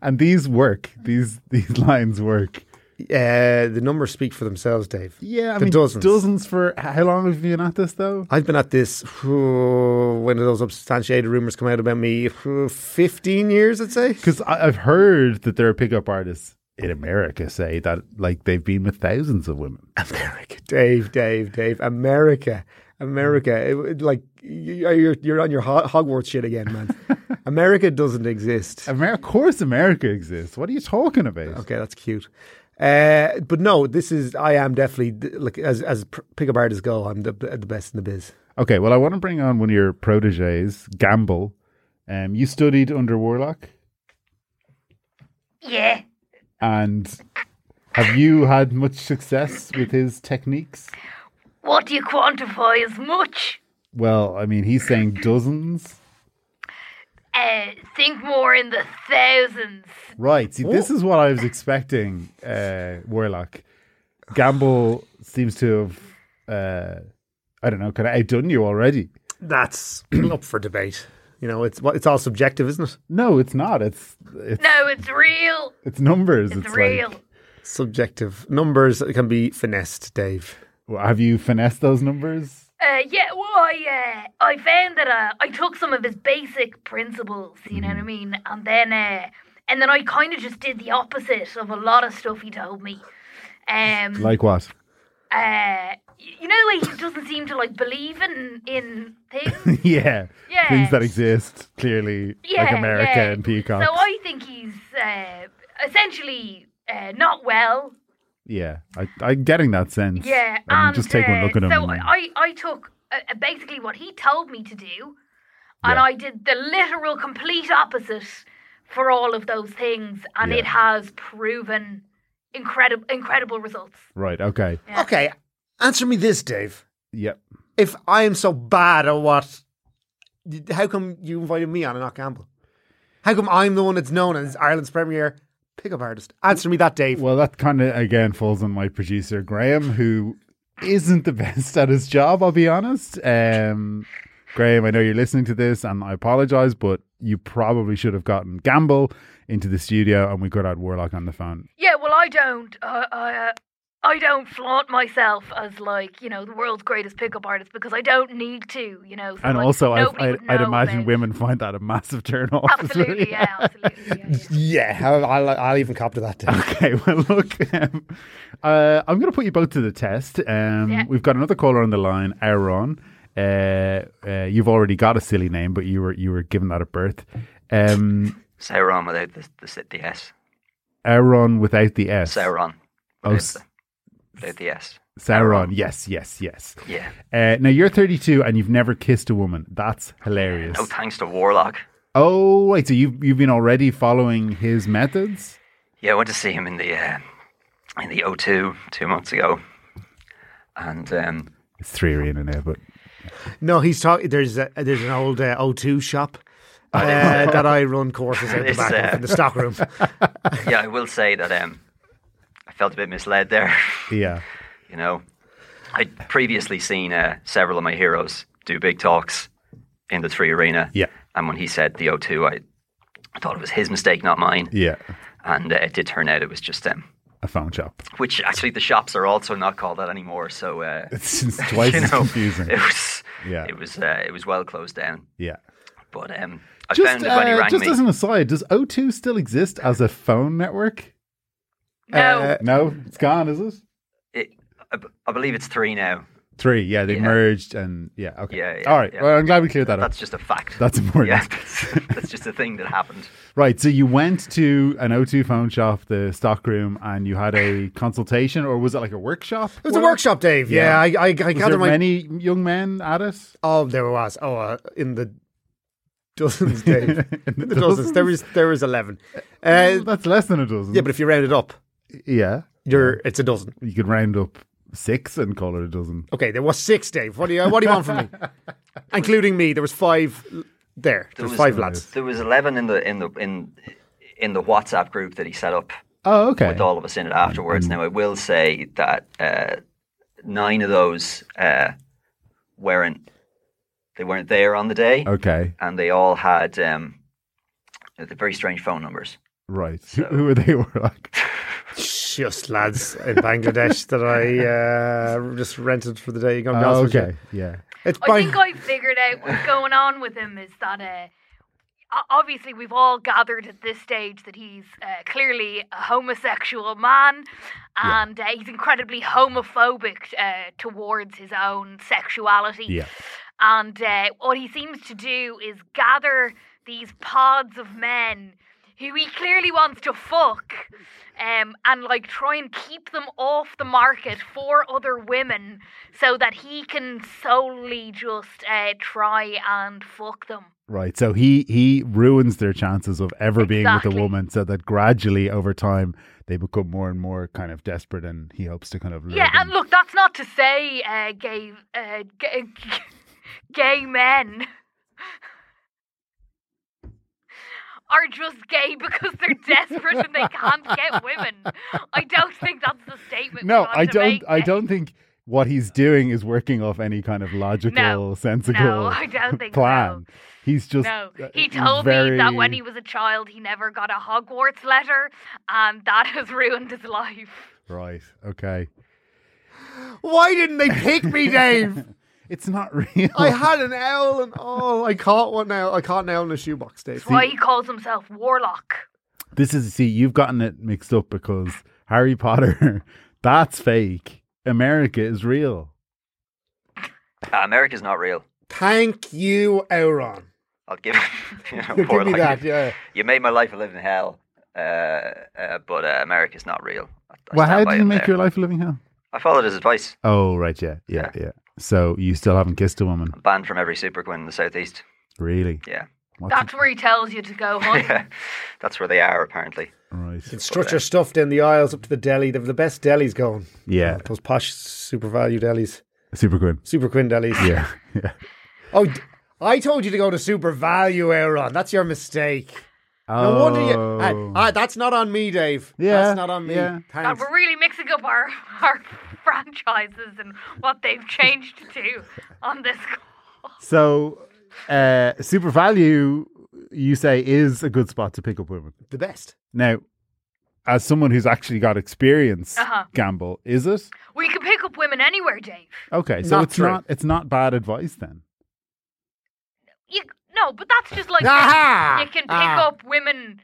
Speaker 2: and these work. These these <laughs> lines work.
Speaker 9: Uh, the numbers speak for themselves, Dave.
Speaker 2: Yeah, I
Speaker 9: The
Speaker 2: mean
Speaker 9: dozens.
Speaker 2: for how long have you been at this though?
Speaker 9: I've been at this <sighs> oh, when those substantiated rumors come out about me, <sighs> oh, fifteen years, I'd say.
Speaker 2: Because I've heard that there are pickup artists in America say that like they've been with thousands of women.
Speaker 9: America, Dave, Dave, Dave, America, America. It- it- like you- you're you're on your Ho- Hogwarts shit again, <laughs> man. America doesn't exist.
Speaker 2: Amer- of course, America exists. What are you talking about?
Speaker 9: Okay, that's cute. Uh, but no, this is I am definitely th- like as as pr- pickup artists go, I'm the the best in the biz.
Speaker 2: Okay, well, I want to bring on one of your proteges, Gamble. Um, you studied under Warlock,
Speaker 3: Yeah.
Speaker 2: and have you had much success with his techniques?
Speaker 3: What do you quantify as much?
Speaker 2: Well, I mean, he's saying dozens.
Speaker 3: Uh, think more in the thousands.
Speaker 2: Right. See, this is what I was expecting, uh, Warlock. Gamble seems to have, uh, I don't know, kind of outdone you already.
Speaker 9: That's up for debate. You know, it's what it's all subjective, isn't it?
Speaker 2: No, it's not. It's it's,
Speaker 3: No, it's real.
Speaker 2: it's numbers. It's,
Speaker 3: It's, real.
Speaker 2: like,
Speaker 9: Subjective numbers can be finessed, Dave.
Speaker 2: well, have you finessed those numbers?
Speaker 3: Uh, yeah, well, I, uh, I found that uh, I took some of his basic principles, you know what
Speaker 2: Mm.
Speaker 3: I mean? And then uh, and then I kind of just did the opposite of a lot of stuff he told me. Um,
Speaker 2: Like what? <laughs>
Speaker 3: uh, y- you know the way he doesn't seem to like believe in in
Speaker 2: <laughs>
Speaker 3: things?
Speaker 2: yeah.
Speaker 3: Yeah.
Speaker 2: Things that exist clearly,
Speaker 3: Yeah,
Speaker 2: like America
Speaker 3: yeah.
Speaker 2: and peacocks.
Speaker 3: So I think he's uh, essentially uh, not well.
Speaker 2: yeah, I, I'm getting that sense.
Speaker 3: Yeah,
Speaker 2: I mean,
Speaker 3: and,
Speaker 2: just take one
Speaker 3: uh,
Speaker 2: look at him.
Speaker 3: So
Speaker 2: and-
Speaker 3: I, I took uh, basically what he told me to do, and
Speaker 2: Yeah.
Speaker 3: I did the literal complete opposite for all of those things, and
Speaker 2: Yeah.
Speaker 3: it has proven incredible incredible results.
Speaker 2: right. Okay.
Speaker 9: Okay, answer me this, Dave.
Speaker 2: Yep.
Speaker 9: if I am so bad at what, how come you invited me on and not Campbell? How come I'm the one that's known as Ireland's premier pickup artist? Answer me that, Dave.
Speaker 2: Well, that kind of again falls on my producer Graham, who isn't the <laughs> best at his job. I'll be honest. Um, Graham, I know you're listening to this, and I apologize, but you probably should have gotten Gamble into the studio and we got out Warlock on the phone.
Speaker 3: Yeah, well, I don't. Uh, I, uh, I don't flaunt myself as like you know the world's greatest pickup artist because I don't need to. You know, so,
Speaker 2: And
Speaker 3: like,
Speaker 2: also, I,
Speaker 3: nobody
Speaker 2: I,
Speaker 3: would
Speaker 2: I'd
Speaker 3: know
Speaker 2: imagine
Speaker 3: <laughs> about-
Speaker 2: women find that a massive turn off. as well,
Speaker 3: Absolutely, yeah, absolutely.
Speaker 2: <laughs>
Speaker 3: Yeah, yeah.
Speaker 9: Yeah, I'll, I'll, I'll even cop to that. Too.
Speaker 2: Okay, <laughs> well, look, um, uh, I'm going to put you both to the test. Um,
Speaker 3: Yeah.
Speaker 2: We've got another caller on the line, Aaron. Uh, uh, you've already got a silly name, but you were you were given that at birth. Um,
Speaker 4: Sauron without the, the, the S.
Speaker 2: Aaron without the S.
Speaker 4: Sauron.
Speaker 2: Oh,
Speaker 4: without
Speaker 2: s-
Speaker 4: the- Without the S.
Speaker 2: Sauron. Yes, yes, yes.
Speaker 4: Yeah.
Speaker 2: Uh, now you're 32 and you've never kissed a woman. That's hilarious.
Speaker 4: No thanks to Warlock.
Speaker 2: Oh wait, so you've you've been already following his methods?
Speaker 4: Yeah, I went to see him in the uh, in the O2 two months ago, and um,
Speaker 2: It's three arena now, but
Speaker 9: No, he's talking. There's a, there's an old uh, O2 shop uh, <laughs> that I run <laughs> courses out the
Speaker 4: It's,
Speaker 9: back
Speaker 4: uh,
Speaker 9: of in the stock <laughs> room.
Speaker 4: yeah, I will say that um, I felt a bit misled there. <laughs>
Speaker 2: yeah.
Speaker 4: You know, I'd previously seen uh, several of my heroes do big talks in the three arena.
Speaker 2: Yeah.
Speaker 4: and when he said the O2, I, I thought it was his mistake, not mine.
Speaker 2: Yeah.
Speaker 4: And uh, it did turn out it was just um, them.
Speaker 2: A phone shop.
Speaker 4: Which actually the shops are also not called that anymore. So uh,
Speaker 2: <laughs> It's, it's twice
Speaker 4: <laughs> you
Speaker 2: as
Speaker 4: know,
Speaker 2: confusing.
Speaker 4: It was
Speaker 2: Yeah.
Speaker 4: it was uh, it was well closed down.
Speaker 2: Yeah.
Speaker 4: But um, I
Speaker 2: Just,
Speaker 4: found that when he
Speaker 2: uh,
Speaker 4: rang
Speaker 2: just
Speaker 4: me,
Speaker 2: as an aside, does O2 still exist as a phone network?
Speaker 3: No,
Speaker 9: Uh,
Speaker 2: No, it's gone, is it?
Speaker 4: it, I, b- I believe it's three now.
Speaker 2: Three, yeah, they
Speaker 4: Yeah.
Speaker 2: merged and yeah, okay.
Speaker 4: Yeah, yeah,
Speaker 2: All right,
Speaker 4: yeah.
Speaker 2: well, I'm glad we cleared that
Speaker 4: That's
Speaker 2: up.
Speaker 4: just a fact.
Speaker 2: That's important.
Speaker 4: yeah, that's, <laughs> that's just a thing that happened.
Speaker 2: <laughs> Right, so you went to an O2 phone shop, the stock room, and you had a consultation, or was it like a workshop?
Speaker 9: It was a workshop, Dave. Yeah, I, I, I
Speaker 2: Was there
Speaker 9: gathered my.
Speaker 2: many young men at it?
Speaker 9: Oh, there was. Oh, uh, in the dozens,
Speaker 2: <laughs>
Speaker 9: Dave. <laughs> in the,
Speaker 2: In the
Speaker 9: dozens.
Speaker 2: dozens?
Speaker 9: There was there was eleven.
Speaker 2: Well,
Speaker 9: Uh,
Speaker 2: That's less than a dozen.
Speaker 9: yeah, but if you round it up,
Speaker 2: yeah,
Speaker 9: you're it's a dozen.
Speaker 2: you could round up six and call it a dozen.
Speaker 9: Okay, there was six, Dave. What do you what do you want
Speaker 2: <laughs>
Speaker 9: from me? Including me, there was five l- there. There was
Speaker 4: was
Speaker 9: five lads.
Speaker 4: There was eleven in the in the in in the WhatsApp group that he set up
Speaker 2: Oh, okay.
Speaker 4: with all of us in it afterwards. Now I will say that uh, nine of those uh, weren't they weren't there on the day,
Speaker 2: Okay,
Speaker 4: and they all had um, the very strange phone numbers.
Speaker 2: right. <laughs>
Speaker 4: So-
Speaker 2: Who were they? Were <laughs> like,
Speaker 9: Just lads in Bangladesh that I uh, just rented for the day. Gone
Speaker 2: oh, okay, yeah.
Speaker 9: It's
Speaker 3: I
Speaker 9: by-
Speaker 3: think I figured out what's going on with him is that uh, o- obviously we've all gathered at this stage that he's uh, clearly a homosexual man, and uh, he's incredibly homophobic uh, towards his own sexuality.
Speaker 2: Yeah.
Speaker 3: And uh, what he seems to do is gather these pods of men who he clearly wants to fuck um, and like try and keep them off the market for other women so that he can solely just uh, try and fuck them.
Speaker 2: Right. So he he ruins their chances of ever being with a
Speaker 3: Exactly.
Speaker 2: woman so that gradually over time they become more and more kind of desperate and he hopes to kind of lure
Speaker 3: Yeah,
Speaker 2: them.
Speaker 3: and look, that's not to say uh, gay, uh, gay, <laughs> gay men are just gay because they're <laughs> desperate and they can't get women. I don't think that's the statement.
Speaker 2: No,
Speaker 3: we're
Speaker 2: I
Speaker 3: trying to
Speaker 2: don't
Speaker 3: make,
Speaker 2: I
Speaker 3: Dave.
Speaker 2: don't think what he's doing is working off any kind of logical, sensical
Speaker 3: No, <laughs> I don't think
Speaker 2: plan.
Speaker 3: so.
Speaker 2: He's just
Speaker 3: No,
Speaker 2: uh,
Speaker 3: he
Speaker 2: he's
Speaker 3: told me that when
Speaker 2: very-
Speaker 3: he was a child, he never got a Hogwarts letter, and that has ruined his life.
Speaker 2: Right. Okay.
Speaker 9: Why didn't they pick me, Dave?
Speaker 2: It's not <laughs> real.
Speaker 9: I had an owl and all. I caught one now. I caught an owl in a shoebox, Dave.
Speaker 3: That's why he calls himself Warlock.
Speaker 2: This is see, you've gotten it mixed up because Harry Potter <laughs> that's fake. America is real.
Speaker 4: Uh, America's not real.
Speaker 9: Thank you, Euron.
Speaker 4: I'll give <laughs> you
Speaker 2: <laughs>
Speaker 4: know,
Speaker 9: Give
Speaker 4: poor
Speaker 9: me
Speaker 4: luck.
Speaker 9: that, yeah.
Speaker 4: You made my life a living hell, uh, uh, but uh, America's not real. I, I
Speaker 2: Well, how
Speaker 4: stand by
Speaker 2: did you
Speaker 4: him
Speaker 2: make
Speaker 4: there.
Speaker 2: your life a living hell?
Speaker 4: I followed his advice.
Speaker 2: Oh, right, yeah, yeah, yeah. So you still haven't kissed a woman,
Speaker 4: I'm banned from every super queen in the southeast.
Speaker 2: really?
Speaker 4: Yeah, <laughs>
Speaker 2: What
Speaker 3: That's where he tells you to
Speaker 2: <laughs>
Speaker 3: go hunt.
Speaker 4: that's where they are apparently.
Speaker 2: the- right.
Speaker 9: You can strut your stuff down the aisles up to the deli. They've the best delis going.
Speaker 2: Yeah,
Speaker 9: Those posh super value delis.
Speaker 2: super good.
Speaker 9: Super Quinn delis.
Speaker 2: Yeah, yeah.
Speaker 9: Oh, d- I told you to go to Super Value, Euron. That's your mistake. <laughs> No wonder you.
Speaker 2: Oh.
Speaker 9: Ah, ah, that's not on me, Dave.
Speaker 2: Yeah,
Speaker 9: That's not on me.
Speaker 2: yeah.
Speaker 3: God,
Speaker 9: Thanks.
Speaker 3: Uh, we're really mixing up our, <laughs> our franchises and what they've changed to on this. <laughs> call.
Speaker 2: So, uh, super value you say is a good spot to pick up women.
Speaker 9: The best.
Speaker 2: Now, as someone who's actually got experience,
Speaker 3: Uh-huh.
Speaker 2: gamble is it
Speaker 3: Well, you can pick up women anywhere, Dave.
Speaker 2: okay? So
Speaker 9: Not
Speaker 2: it's
Speaker 9: true.
Speaker 2: not it's not bad advice then.
Speaker 3: You, no, but that's just like
Speaker 9: Aha!
Speaker 3: you can pick
Speaker 9: Ah.
Speaker 3: up women.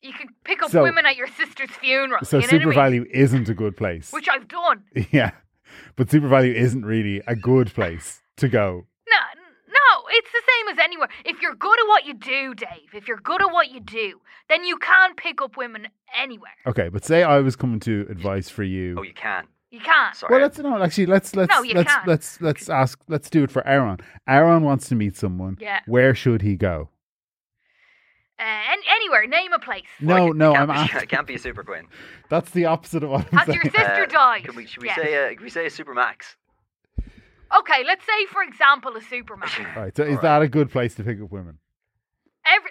Speaker 3: You can pick up
Speaker 2: So-
Speaker 3: women at your sister's funeral.
Speaker 2: So
Speaker 3: you know
Speaker 2: super
Speaker 3: what I mean?
Speaker 2: value isn't a good place.
Speaker 3: which I've done.
Speaker 2: <laughs> yeah, but super value isn't really a good place to go.
Speaker 3: No, no, it's the same as anywhere. If you're good at what you do, Dave, if you're good at what you do, then you can pick up women anywhere.
Speaker 2: Okay, but say I was coming to advice for you.
Speaker 4: Oh, you can.
Speaker 3: You can.
Speaker 4: Sorry.
Speaker 2: Well, let's no. Actually, let's let's
Speaker 3: No, you
Speaker 2: let's,
Speaker 3: can't.
Speaker 2: let's let's ask. Let's do it for Aaron. Aaron wants to meet someone.
Speaker 3: Yeah.
Speaker 2: Where should he go?
Speaker 3: Uh, an- anywhere, name a place.
Speaker 2: No, no.
Speaker 4: Can't
Speaker 2: I'm
Speaker 4: be- <laughs>
Speaker 2: asking.
Speaker 4: can't be a super Gwen.
Speaker 2: That's the opposite of what I'm
Speaker 3: Has
Speaker 2: saying.
Speaker 3: your sister died?
Speaker 4: Can we, should we
Speaker 3: Yeah.
Speaker 4: say a, can we say a super max?
Speaker 3: Okay, let's say for example a Superman.
Speaker 2: All right. So is
Speaker 4: All right.
Speaker 2: that a good place to pick up women?
Speaker 3: Every,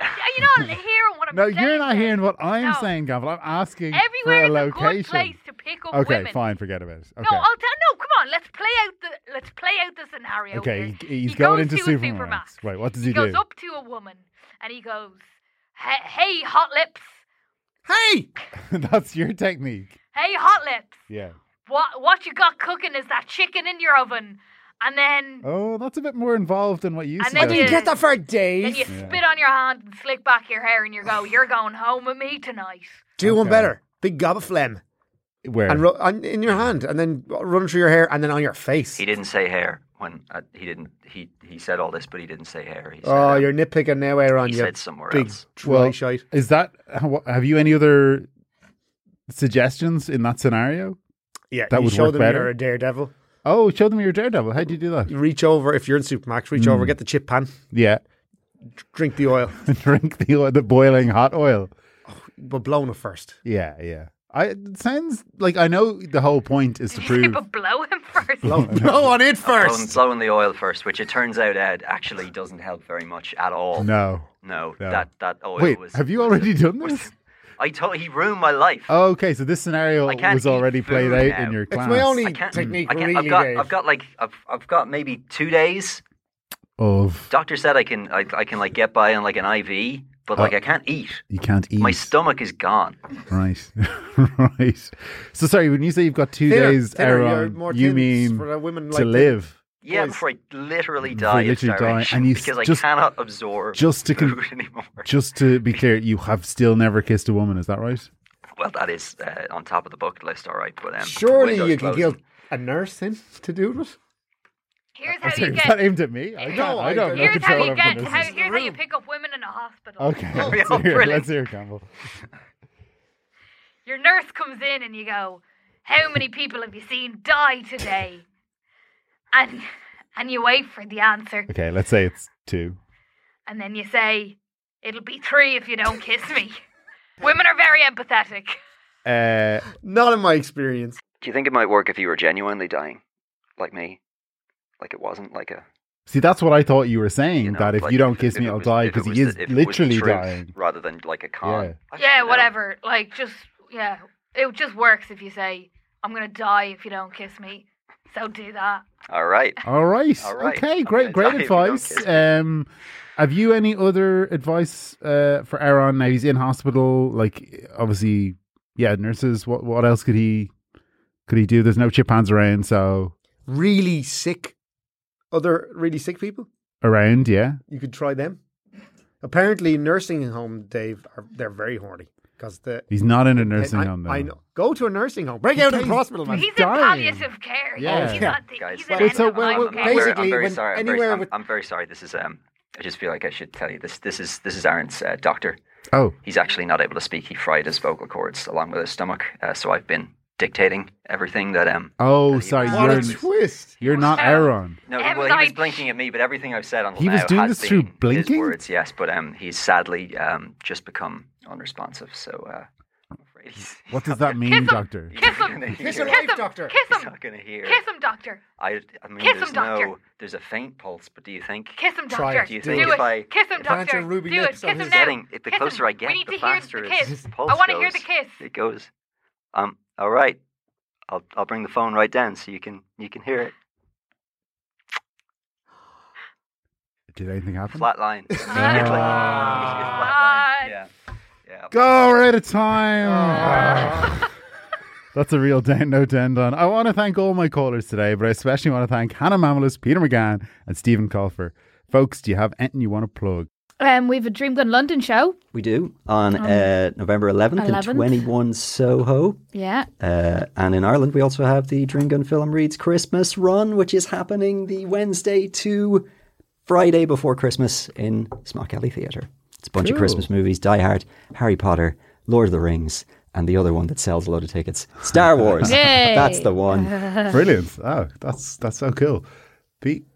Speaker 3: are you
Speaker 2: <laughs>
Speaker 3: not hearing what I'm
Speaker 2: No,
Speaker 3: saying?
Speaker 2: you're not
Speaker 3: Dave?
Speaker 2: hearing what I'm
Speaker 3: No.
Speaker 2: saying, Gavin. I'm asking
Speaker 3: Everywhere
Speaker 2: for a
Speaker 3: is a
Speaker 2: location.
Speaker 3: good place to pick up
Speaker 2: okay,
Speaker 3: women.
Speaker 2: fine. Forget about it. Okay.
Speaker 3: No, I'll tell. No, come on. Let's play out the. Let's play out the scenario.
Speaker 2: okay.
Speaker 3: here.
Speaker 2: he- he's
Speaker 3: he
Speaker 2: going
Speaker 3: goes
Speaker 2: into
Speaker 3: to a
Speaker 2: Superman.
Speaker 3: Supermax.
Speaker 2: Right. What does
Speaker 3: He
Speaker 2: he,
Speaker 3: goes "Oh."
Speaker 2: do?
Speaker 3: up to a woman and he goes, "Hey, hey, hot lips.
Speaker 9: Hey!
Speaker 2: <laughs> That's your technique.
Speaker 3: Hey, hot lips.
Speaker 2: Yeah.
Speaker 3: What what you got cooking is that chicken in your oven, and then
Speaker 2: Oh, that's a bit more involved than what you
Speaker 3: And
Speaker 2: said.
Speaker 3: then you-
Speaker 9: Get that for a
Speaker 3: then
Speaker 9: day.
Speaker 3: you spit on your hand and slick back your hair, and you go, you're going home with me tonight.
Speaker 9: Do one
Speaker 2: Okay.
Speaker 9: better. Big gob of phlegm.
Speaker 2: Where?
Speaker 9: And ru- on, in your hand, and then run through your hair, and then on your face.
Speaker 4: He didn't say hair when uh, he didn't. He he said all this, but he didn't say hair. He said,
Speaker 9: Oh,
Speaker 4: um,
Speaker 9: you're nitpicking now, Aaron.
Speaker 4: He
Speaker 9: you
Speaker 4: said somewhere
Speaker 9: big
Speaker 4: else.
Speaker 9: dry
Speaker 2: well,
Speaker 9: shite.
Speaker 2: is that? how- Have you any other suggestions in that scenario?
Speaker 9: Yeah,
Speaker 2: that
Speaker 9: you
Speaker 2: would
Speaker 9: show
Speaker 2: work
Speaker 9: them
Speaker 2: better.
Speaker 9: you're a daredevil.
Speaker 2: Oh, show them your daredevil. How do you do that?
Speaker 9: You reach over if you're in Supermax. Reach
Speaker 2: Hmm.
Speaker 9: over, get the chip pan,
Speaker 2: Yeah, <laughs>
Speaker 9: drink the oil,
Speaker 2: drink the oil, the boiling hot oil.
Speaker 9: but blown
Speaker 2: <laughs>
Speaker 9: it first.
Speaker 2: Yeah, yeah. I it sounds like I know the whole point is to
Speaker 4: <laughs>
Speaker 3: Did you say,
Speaker 2: prove.
Speaker 3: but blow him <laughs> first?
Speaker 9: Blow on it
Speaker 4: Blowing,
Speaker 9: first.
Speaker 4: blowing the oil first, which it turns out Ed actually doesn't help very much at all.
Speaker 2: No.
Speaker 4: no,
Speaker 2: no.
Speaker 4: that that oil
Speaker 2: Wait,
Speaker 4: was.
Speaker 2: have you already done
Speaker 4: was-
Speaker 2: this?
Speaker 4: <laughs> I told he ruined my life.
Speaker 2: Oh, okay, so this scenario
Speaker 4: I can't
Speaker 2: was
Speaker 4: eat
Speaker 2: already played
Speaker 4: food
Speaker 2: out
Speaker 4: now.
Speaker 2: in your
Speaker 9: It's
Speaker 2: class.
Speaker 9: my only
Speaker 4: I can't.
Speaker 9: technique,
Speaker 4: I can't,
Speaker 9: really,
Speaker 4: I've got.
Speaker 9: Dave.
Speaker 4: I've got like. I've, I've got maybe two days.
Speaker 2: of
Speaker 4: Doctor said I can. I, I can like get by on like an IV, but
Speaker 2: Oh.
Speaker 4: like I can't eat.
Speaker 2: you can't eat.
Speaker 4: My stomach is gone.
Speaker 2: right, <laughs> right. So sorry, when you say you've got two
Speaker 9: Thinner,
Speaker 2: days,
Speaker 9: thinner, you're
Speaker 2: Aaron,
Speaker 9: more
Speaker 2: you
Speaker 9: thin
Speaker 2: mean
Speaker 9: for a women
Speaker 2: to
Speaker 9: like the-
Speaker 2: live
Speaker 4: Yeah,
Speaker 9: Boys.
Speaker 4: before I literally
Speaker 2: Before
Speaker 4: die.
Speaker 2: you
Speaker 4: of
Speaker 2: literally die,
Speaker 4: starvation
Speaker 2: and you s-
Speaker 4: because I
Speaker 2: just-
Speaker 4: cannot absorb
Speaker 2: just to con-
Speaker 4: food <laughs> anymore.
Speaker 2: Just to be clear, you have still never kissed a woman. Is that right?
Speaker 4: well, that is uh, on top of the bucket list. All right, but um,
Speaker 9: Surely
Speaker 4: window's
Speaker 9: you can
Speaker 4: closing.
Speaker 9: guilt a nurse in to do it.
Speaker 2: <laughs>
Speaker 3: Here's how
Speaker 2: Sorry,
Speaker 3: you
Speaker 2: was that
Speaker 3: get.
Speaker 2: aimed at me? I, don't, I
Speaker 9: I
Speaker 2: don't
Speaker 9: don't-
Speaker 2: know
Speaker 3: Here's how
Speaker 2: control
Speaker 3: you
Speaker 2: over
Speaker 3: get.
Speaker 2: this.
Speaker 3: How, here's how you
Speaker 9: room.
Speaker 3: pick up women in a hospital.
Speaker 2: Okay, let's,
Speaker 4: yeah,
Speaker 2: hear,
Speaker 4: brilliant.
Speaker 2: let's hear, Campbell.
Speaker 3: Your nurse comes in and you go, "How many people have you seen die today?" And and you wait for the answer,
Speaker 2: Okay, let's say it's two.
Speaker 3: and then you say, "It'll be three if you don't kiss
Speaker 2: <laughs>
Speaker 3: me." Women are very empathetic.
Speaker 2: Uh,
Speaker 4: Oh.
Speaker 9: Not in my experience.
Speaker 4: Do you think it might work if you were genuinely dying, like me? Like it wasn't like a.
Speaker 2: see, that's what I thought you were saying.
Speaker 4: You know,
Speaker 2: that if
Speaker 4: like,
Speaker 2: you don't kiss
Speaker 4: if
Speaker 2: me,
Speaker 4: it
Speaker 2: I'll
Speaker 4: was-
Speaker 2: die
Speaker 4: if it
Speaker 2: because he
Speaker 4: was
Speaker 2: is
Speaker 4: the- if it was the
Speaker 2: literally
Speaker 4: truth
Speaker 2: dying.
Speaker 4: rather than like a con.
Speaker 2: Yeah.
Speaker 4: I
Speaker 3: Yeah,
Speaker 4: don't know.
Speaker 3: whatever. Like just yeah, it just works if you say, "I'm gonna die if you don't kiss me." So do that. <laughs>
Speaker 4: All right.
Speaker 2: All right.
Speaker 4: All right.
Speaker 2: Okay.
Speaker 4: I'm
Speaker 2: Great.
Speaker 4: gonna
Speaker 2: Great
Speaker 4: die if you don't
Speaker 2: advice.
Speaker 4: kiss me.
Speaker 2: Um, have you any other advice uh, for Aaron? Now he's in hospital. Like, obviously, yeah. Nurses. What? What else could he? Could he do? There's no chip hands around. So
Speaker 9: Really sick. Other really sick people.
Speaker 2: around. Yeah.
Speaker 9: You could try them. Apparently, nursing home, Dave, are they're very horny because the
Speaker 2: He's not in a nursing
Speaker 9: I,
Speaker 2: home. Though.
Speaker 9: I know. Go to a nursing home. Break out of the
Speaker 2: Please.
Speaker 9: hospital, man.
Speaker 2: He's
Speaker 3: He's
Speaker 2: dying.
Speaker 3: in palliative care.
Speaker 2: Yeah.
Speaker 3: He's
Speaker 9: Yeah.
Speaker 3: not the,
Speaker 4: Guys,
Speaker 3: he's
Speaker 4: well,
Speaker 3: an
Speaker 9: Wait,
Speaker 3: end
Speaker 9: so
Speaker 3: of
Speaker 9: well,
Speaker 3: life
Speaker 9: well,
Speaker 4: I'm,
Speaker 3: guy.
Speaker 4: I'm, very, I'm
Speaker 9: basically,
Speaker 4: very
Speaker 9: when
Speaker 4: sorry. I'm,
Speaker 9: anywhere
Speaker 4: very, I'm,
Speaker 9: with-
Speaker 4: I'm very sorry. This is um. I just feel like I should tell you this. This is this is Aaron's uh, doctor.
Speaker 2: Oh.
Speaker 4: He's actually not able to speak. He fried his vocal cords along with his stomach. Uh, so I've been dictating everything that um.
Speaker 2: Oh, sorry.
Speaker 9: What
Speaker 2: You're
Speaker 9: a twist.
Speaker 2: you're not Aaron.
Speaker 4: No,
Speaker 3: Em,
Speaker 4: he, well, he was
Speaker 3: like-
Speaker 4: blinking at me, but everything I've said on
Speaker 2: He was
Speaker 4: now
Speaker 2: doing
Speaker 4: has
Speaker 2: this through
Speaker 4: been
Speaker 2: blinking?
Speaker 4: His words, yes, but um, he's sadly um just become unresponsive. So uh, I'm afraid he's,
Speaker 2: <laughs>
Speaker 4: he's
Speaker 2: What does
Speaker 4: not
Speaker 2: that
Speaker 4: gonna-
Speaker 2: mean,
Speaker 3: Kiss
Speaker 2: Doctor?
Speaker 4: he's
Speaker 3: Kiss
Speaker 4: not
Speaker 3: him.
Speaker 4: gonna
Speaker 9: Kiss
Speaker 4: hear-
Speaker 9: her
Speaker 3: Kiss
Speaker 9: life,
Speaker 3: him,
Speaker 9: doctor.
Speaker 3: Kiss
Speaker 4: <laughs> He's
Speaker 3: him.
Speaker 4: not going to hear.
Speaker 3: Kiss him, doctor.
Speaker 4: I, I mean,
Speaker 3: Kiss him,
Speaker 4: there's
Speaker 3: doctor.
Speaker 4: no, there's a faint pulse, but do you think?
Speaker 3: Kiss him,
Speaker 9: Try
Speaker 3: doctor.
Speaker 9: it.
Speaker 4: Do you
Speaker 3: Do
Speaker 4: think
Speaker 3: it.
Speaker 4: if I-
Speaker 3: Kiss him,
Speaker 9: if I had
Speaker 3: doctor.
Speaker 9: your ruby
Speaker 3: Do it.
Speaker 9: lips
Speaker 3: Kiss
Speaker 9: on
Speaker 3: him now.
Speaker 9: his-
Speaker 4: Getting the
Speaker 3: Kiss
Speaker 4: closer
Speaker 3: him.
Speaker 4: I get,
Speaker 3: we need
Speaker 4: the
Speaker 3: to hear
Speaker 4: faster
Speaker 3: the
Speaker 4: his
Speaker 3: kiss.
Speaker 4: pulse
Speaker 3: I want to hear the
Speaker 4: goes.
Speaker 3: kiss.
Speaker 4: It goes. Um. All right. I'll I'll bring the phone right down so you can you can hear it.
Speaker 2: Did anything happen? <laughs>
Speaker 3: Flat
Speaker 4: <laughs>
Speaker 3: line. It's flat line. Yeah. Yeah.
Speaker 2: Go, we're out of time. <laughs> That's a real down note to end on. I want to thank all my callers today, but I especially want to thank Hannah Mamelis, Peter McGann, and Stephen Colfer. Folks, do you have anything you want to plug?
Speaker 10: Um, we have a Dream Gun London show.
Speaker 4: We do on uh, November 11th,
Speaker 10: 11th.
Speaker 4: in 21 Soho.
Speaker 10: Yeah.
Speaker 4: Uh, and in Ireland, we also have the Dream Gun Film Reads Christmas Run, which is happening the Wednesday to Friday before Christmas in Smock Alley Theatre. It's a bunch of Christmas movies Die Hard, Harry Potter, Lord of the Rings, and the other one that sells a load of tickets Star Wars.
Speaker 10: Yay.
Speaker 4: That's the one.
Speaker 2: Brilliant. Oh, that's that's so cool. Pete,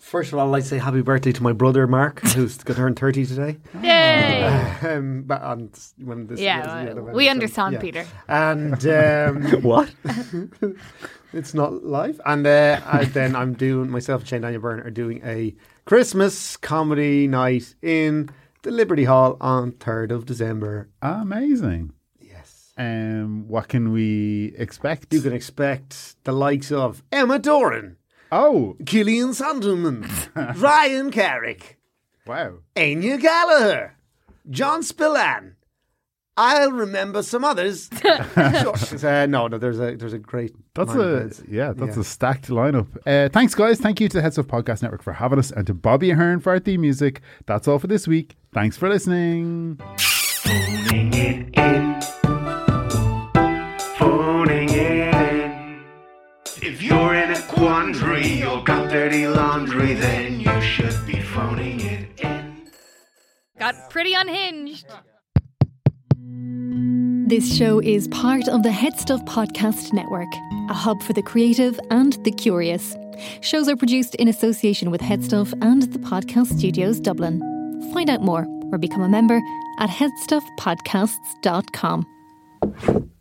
Speaker 5: First of all, I'd like to say happy birthday to my brother Mark, who's going to turn 30 today.
Speaker 10: Yay.
Speaker 5: Um, but on s- when this
Speaker 10: Yeah,
Speaker 5: when-
Speaker 10: we
Speaker 5: so,
Speaker 10: understand,
Speaker 5: yeah.
Speaker 10: Peter.
Speaker 4: <laughs>
Speaker 5: And um,
Speaker 4: What?
Speaker 5: it's not live. And uh, I, then I'm doing myself and Shane Daniel Byrne are doing a Christmas comedy night in the Liberty Hall on 3rd of December.
Speaker 2: amazing.
Speaker 5: Yes.
Speaker 2: Um, what can we expect?
Speaker 5: You can expect the likes of Emma Doran,
Speaker 2: oh,
Speaker 5: Gillian Sanderman, Ryan Carrick,
Speaker 2: wow.
Speaker 5: Anya Gallagher, John Spillane. I'll remember some others. Sure. Uh, no, no, there's a there's a great.
Speaker 2: That's
Speaker 5: line of
Speaker 2: a
Speaker 5: bands.
Speaker 2: yeah, that's
Speaker 5: Yeah.
Speaker 2: a stacked lineup. Uh, thanks, guys. Thank you to the Heads of Podcast Network for having us, and to Bobby Ahern for our theme music. That's all for this week. Thanks for listening.
Speaker 1: Phoning it in. Phoning it in. If you're in a quandary or got dirty laundry, then you should be phoning it in.
Speaker 10: Got pretty unhinged.
Speaker 7: This show is part of the Head Stuff Podcast Network, a hub for the creative and the curious. Shows are produced in association with Head Stuff and the Podcast Studios Dublin. Find out more or become a member at headstuffpodcasts.com.